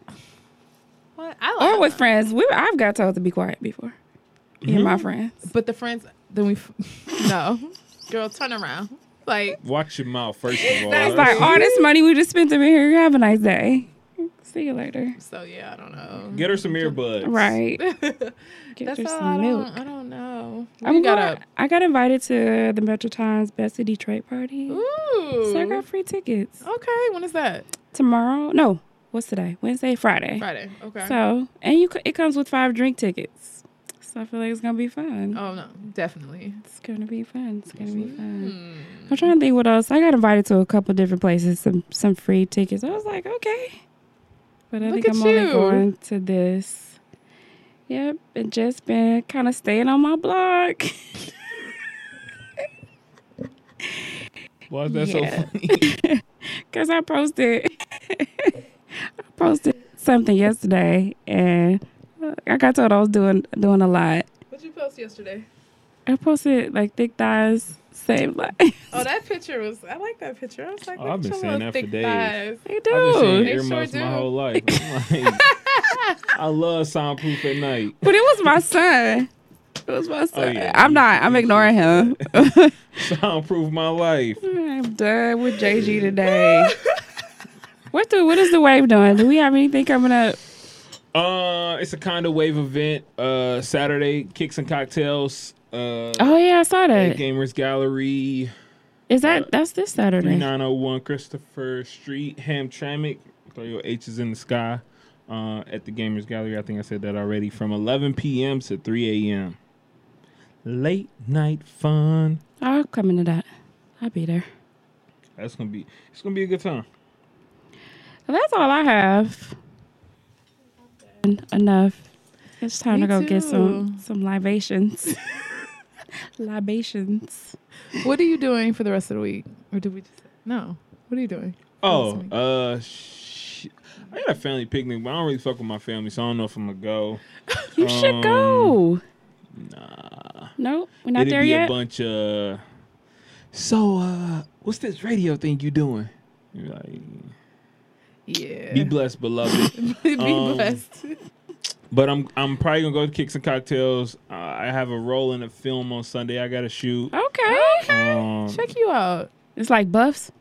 Speaker 3: What I
Speaker 2: Or
Speaker 3: like,
Speaker 2: with friends. We, I've got told to be quiet before. Me
Speaker 3: Mm-hmm.
Speaker 2: and my friends.
Speaker 3: but the friends then we *laughs* f- no, girl, turn around like
Speaker 4: Watch your mouth first
Speaker 2: *laughs*
Speaker 4: of all.
Speaker 3: Oh,
Speaker 2: It's like all this money we just spent over here. Have a nice day. See you later.
Speaker 3: so. Yeah, I don't know. *laughs*
Speaker 4: Get her some earbuds.
Speaker 2: Right. Get
Speaker 3: That's
Speaker 2: her
Speaker 3: all
Speaker 2: some
Speaker 3: I
Speaker 2: milk.
Speaker 3: don't. I don't know.
Speaker 2: I'm
Speaker 3: We got
Speaker 2: going-
Speaker 3: a
Speaker 2: I got invited to the Metro Times Best of Detroit party.
Speaker 3: Ooh.
Speaker 2: So I got free tickets.
Speaker 3: okay, when is that?
Speaker 2: Tomorrow? No. What's today? Wednesday? Friday.
Speaker 3: Friday. Okay.
Speaker 2: So, and you c- it comes with five drink tickets. So I feel like it's going to be fun.
Speaker 3: oh no, definitely.
Speaker 2: It's gonna be fun. It's gonna be fun.
Speaker 3: Hmm.
Speaker 2: I'm trying to think what else. I got invited to a couple different places, some some free tickets. I was like, okay. But I
Speaker 3: Look
Speaker 2: think
Speaker 3: at
Speaker 2: I'm only
Speaker 3: you.
Speaker 2: going to this. Yep, and just been kind of staying on my block. *laughs*
Speaker 4: Why is that
Speaker 2: Yeah.
Speaker 4: so funny? *laughs*
Speaker 2: Cause I posted *laughs* I posted something yesterday and uh, I got told I was doing doing a lot.
Speaker 3: What you post yesterday?
Speaker 2: I posted like thick thighs, save *laughs* life.
Speaker 3: Oh, that picture was. I like that picture. I was like,
Speaker 4: Oh, I've
Speaker 3: look
Speaker 4: been
Speaker 3: at your
Speaker 4: saying
Speaker 3: little
Speaker 4: that for
Speaker 3: thick thighs.
Speaker 4: days.
Speaker 2: I
Speaker 4: I've been saying
Speaker 2: do.
Speaker 3: They sure
Speaker 4: earmuffs
Speaker 3: do.
Speaker 4: my whole life. I'm
Speaker 2: *laughs*
Speaker 4: like, I love soundproof at night. *laughs*
Speaker 2: But it was my son. It was my son.
Speaker 4: Oh, yeah.
Speaker 2: I'm not. I'm ignoring
Speaker 4: *laughs*
Speaker 2: him.
Speaker 4: Soundproof my life.
Speaker 2: I'm done with JG today. what the? What is the wave doing? Do we have anything coming up?
Speaker 4: Uh, it's a kind of wave event. Uh, Saturday kicks and cocktails. Uh,
Speaker 2: Oh yeah, I saw
Speaker 4: at
Speaker 2: that.
Speaker 4: Gamers Gallery.
Speaker 2: Is
Speaker 4: uh,
Speaker 2: that that's this Saturday?
Speaker 4: 3901 Christopher Street, Hamtramck. Throw your H's in the sky uh, at the Gamers Gallery. I think I said that already. From 11 p.m. to 3 a.m. Late night fun.
Speaker 2: I'll come into that. I'll be there.
Speaker 4: That's gonna be. It's gonna be a good time.
Speaker 2: Well, that's all I have. En- Enough. It's time
Speaker 3: Me
Speaker 2: to go get some
Speaker 3: too.
Speaker 2: some libations. *laughs* libations.
Speaker 3: What are you doing for the rest of the week? Or did we just? No. What are you doing?
Speaker 4: Oh, uh, sh- I got a family picnic, but I don't really fuck with my family, so I don't know if I'm gonna go.
Speaker 2: You should go.
Speaker 4: Nah,
Speaker 2: Nope, we're not
Speaker 4: Um, it'd
Speaker 2: there
Speaker 4: be a
Speaker 2: yet.
Speaker 4: bunch of. So, uh, what's this radio thing you doing? You're like,
Speaker 3: Yeah.
Speaker 4: be blessed,
Speaker 3: *laughs*
Speaker 4: beloved.
Speaker 3: Be
Speaker 4: um,
Speaker 3: blessed.
Speaker 4: but I'm I'm probably gonna go kick some cocktails. Uh, I have a role in a film on Sunday. I gotta shoot.
Speaker 2: Okay.
Speaker 4: Um,
Speaker 3: Check you out.
Speaker 2: It's like buffs.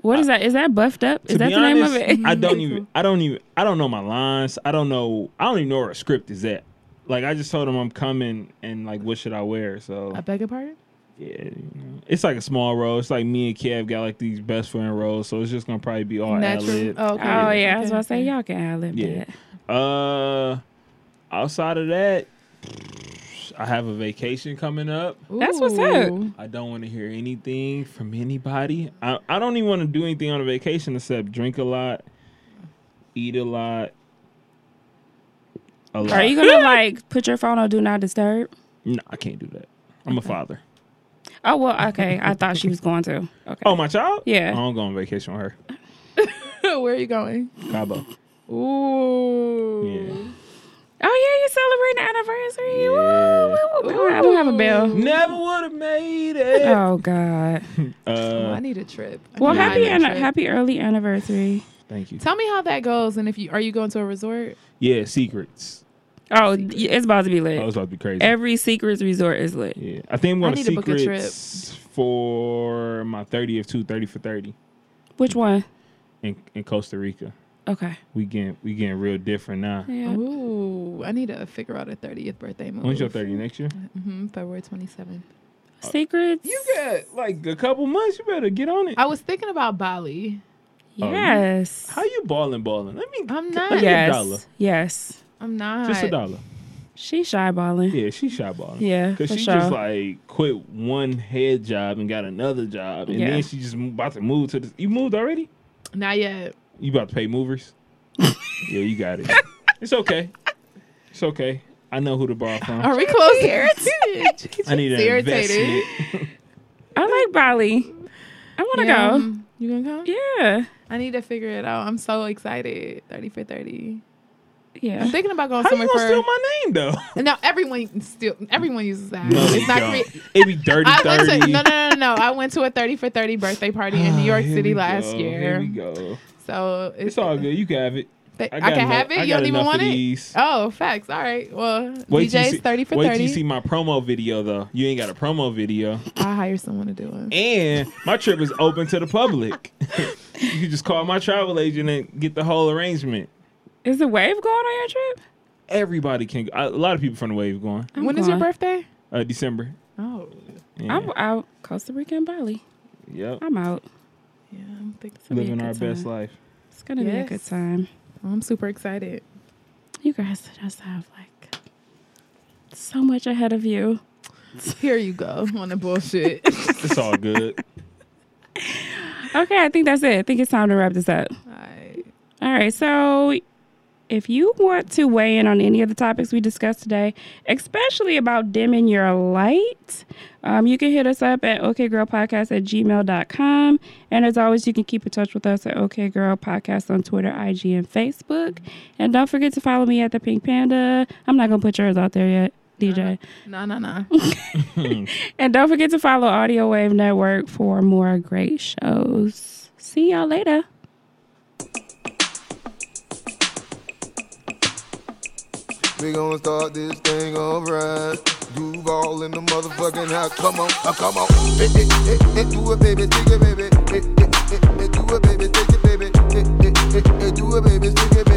Speaker 2: What is that? Is that buffed up? Is
Speaker 4: Uh, to
Speaker 2: that
Speaker 4: be
Speaker 2: the name of
Speaker 4: honest, *laughs*
Speaker 2: it?
Speaker 4: I
Speaker 2: *laughs*
Speaker 4: don't even. I don't even. I don't know my lines. I don't know. I don't even know where a script is at. Like I just told him I'm coming, and like what should I wear? So
Speaker 3: I
Speaker 2: Uh,
Speaker 3: beg your pardon.
Speaker 4: yeah, you know. it's like a small role. It's like me and Kev got like these best friend roles, so it's just gonna probably be all ad lib.
Speaker 3: Oh, okay.
Speaker 2: oh yeah, I was
Speaker 3: Okay.
Speaker 2: about to say y'all can ad lib
Speaker 4: Yeah.
Speaker 2: that.
Speaker 4: Uh, outside of that, I have a vacation coming up.
Speaker 2: That's what's up.
Speaker 3: Ooh.
Speaker 4: I don't want to hear anything from anybody. I, I don't even want to do anything on a vacation except drink a lot, eat a lot. A lot.
Speaker 2: Are you gonna like put your phone on do not disturb?
Speaker 4: no, I can't do that. I'm a father.
Speaker 2: Oh well, okay. I thought she was going to. Okay.
Speaker 4: Oh, my child?
Speaker 2: Yeah.
Speaker 4: I don't go on vacation with her.
Speaker 3: *laughs* Where are you going?
Speaker 2: *laughs*
Speaker 4: Cabo. Yeah.
Speaker 3: Ooh.
Speaker 2: Oh yeah, you're celebrating the
Speaker 4: Yeah.
Speaker 2: anniversary. Woo! I'm gonna have a bell.
Speaker 4: Never would have made it.
Speaker 2: Oh God.
Speaker 3: Oh, I
Speaker 4: Uh,
Speaker 3: need a trip. I
Speaker 2: Well,
Speaker 3: need a
Speaker 2: happy
Speaker 3: island
Speaker 2: an-
Speaker 3: trip.
Speaker 2: happy early anniversary.
Speaker 4: thank you.
Speaker 3: Tell me how that goes, and if you are you going to a resort?
Speaker 4: Yeah, secrets.
Speaker 2: Oh, y- it's about to be
Speaker 4: Oh,
Speaker 2: lit.
Speaker 4: it's about to be crazy.
Speaker 2: Every secrets resort is lit.
Speaker 4: yeah. I think
Speaker 3: I
Speaker 4: I'm going
Speaker 3: need
Speaker 4: to
Speaker 3: to book a trip.
Speaker 4: secrets for my 30th, too, 30 for 30
Speaker 2: Which one?
Speaker 4: in, in Costa Rica.
Speaker 2: Okay.
Speaker 4: We getting, we getting real different now.
Speaker 2: Yeah.
Speaker 3: Ooh, I need to figure out a thirtieth birthday move.
Speaker 4: When's your 30 next year?
Speaker 3: Mm-hmm, February twenty seventh.
Speaker 2: Secrets.
Speaker 4: You got like a couple months. You better get on it.
Speaker 3: I was thinking about Bali.
Speaker 4: Oh, you-
Speaker 2: Yes.
Speaker 4: How you balling, balling? Let me.
Speaker 3: I'm
Speaker 4: Let
Speaker 3: not.
Speaker 4: me
Speaker 2: yes.
Speaker 4: a dollar.
Speaker 2: Yes.
Speaker 3: I'm not.
Speaker 4: oh, Just a dollar.
Speaker 2: She shy balling.
Speaker 4: Yeah, she shot balling.
Speaker 2: Yeah,
Speaker 4: Cause
Speaker 2: for
Speaker 4: she
Speaker 2: sure.
Speaker 4: just like quit one head job and got another job, and
Speaker 2: Yeah.
Speaker 4: then she just mo- about to move to the. You moved already?
Speaker 3: Not yet.
Speaker 4: You about to
Speaker 3: *laughs*
Speaker 4: pay movers? yeah, you got it. It's okay. It's okay. I know who to borrow from.
Speaker 3: Are we close? *laughs* Irritated.
Speaker 4: *laughs* I need an investment. *laughs*
Speaker 2: I like Bali. I want to go.
Speaker 3: You gonna come?
Speaker 2: Yeah.
Speaker 3: I need to figure it out. I'm so excited. Thirty for thirty. I'm
Speaker 2: Yeah.
Speaker 3: thinking about going
Speaker 4: How you
Speaker 3: somewhere
Speaker 4: gonna
Speaker 3: for.
Speaker 4: steal my name though?
Speaker 3: no, everyone still everyone uses that.
Speaker 4: No,
Speaker 3: it's
Speaker 4: they
Speaker 3: not.
Speaker 4: don't.
Speaker 3: crea-
Speaker 4: It be dirty
Speaker 3: I went to
Speaker 4: thirty.
Speaker 3: no,
Speaker 4: Ah,
Speaker 3: no no no no. I went to a thirty for thirty birthday party in New York
Speaker 4: Here
Speaker 3: City
Speaker 4: we
Speaker 3: last
Speaker 4: go, Here
Speaker 3: year.
Speaker 4: we go.
Speaker 3: So it's,
Speaker 4: It's all good. You can have it.
Speaker 3: Th- I,
Speaker 4: got
Speaker 3: can
Speaker 4: enough-
Speaker 3: have it.
Speaker 4: I
Speaker 3: you
Speaker 4: got
Speaker 3: don't even
Speaker 4: enough of
Speaker 3: want it.
Speaker 4: these.
Speaker 3: Oh, facts. All right. Well,
Speaker 4: till you
Speaker 3: DJ's
Speaker 4: see-
Speaker 3: thirty for
Speaker 4: wait till
Speaker 3: thirty.
Speaker 4: you see my promo video though. You ain't got a promo video,
Speaker 3: I'll hire someone to do it.
Speaker 4: and my trip is open to the public. *laughs* you can just call my travel agent and get the whole arrangement.
Speaker 2: Is the wave going on your trip?
Speaker 4: Everybody can. A lot of people from the wave going
Speaker 2: I'm
Speaker 3: When is your
Speaker 2: going.
Speaker 3: birthday?
Speaker 4: uh, December.
Speaker 3: Oh,
Speaker 4: Yeah.
Speaker 2: I'm out Costa Rica and Bali.
Speaker 4: yep,
Speaker 2: I'm out.
Speaker 3: yeah. I'm, think-
Speaker 2: It's gonna be a
Speaker 4: living
Speaker 2: good
Speaker 4: our best
Speaker 2: time.
Speaker 4: life.
Speaker 2: It's gonna be a good
Speaker 3: Yes.
Speaker 2: time.
Speaker 3: I'm super excited.
Speaker 2: You guys just have like so much ahead of you.
Speaker 3: Here you go *laughs* on the bullshit. all
Speaker 4: It's
Speaker 3: *laughs*
Speaker 4: all good.
Speaker 2: Okay, I think that's it. I think it's time to wrap this up.
Speaker 3: right.
Speaker 2: All right, so if you want to weigh in on any of the topics we discussed today, especially about dimming your light, um, you can hit us up at okgirlpodcast at gmail.com. And as always, you can keep in touch with us at okgirlpodcast on Twitter, IG, and Facebook. And don't forget to follow me at the Pink Panda. I'm not going to put yours out there yet, DJ.
Speaker 3: No, no, no.
Speaker 2: And don't forget to follow Audio Wave Network for more great shows. See y'all later.
Speaker 5: We gonna start this thing all right. Duval in the motherfucking house. Come on, uh, come on. Hey, hey, hey, hey, eh, do it, baby, Eh, take it, baby. Eh, Hey, hey, hey, hey, eh, do it, baby, take it, baby. Hey, hey, hey, hey, do it, baby, take it,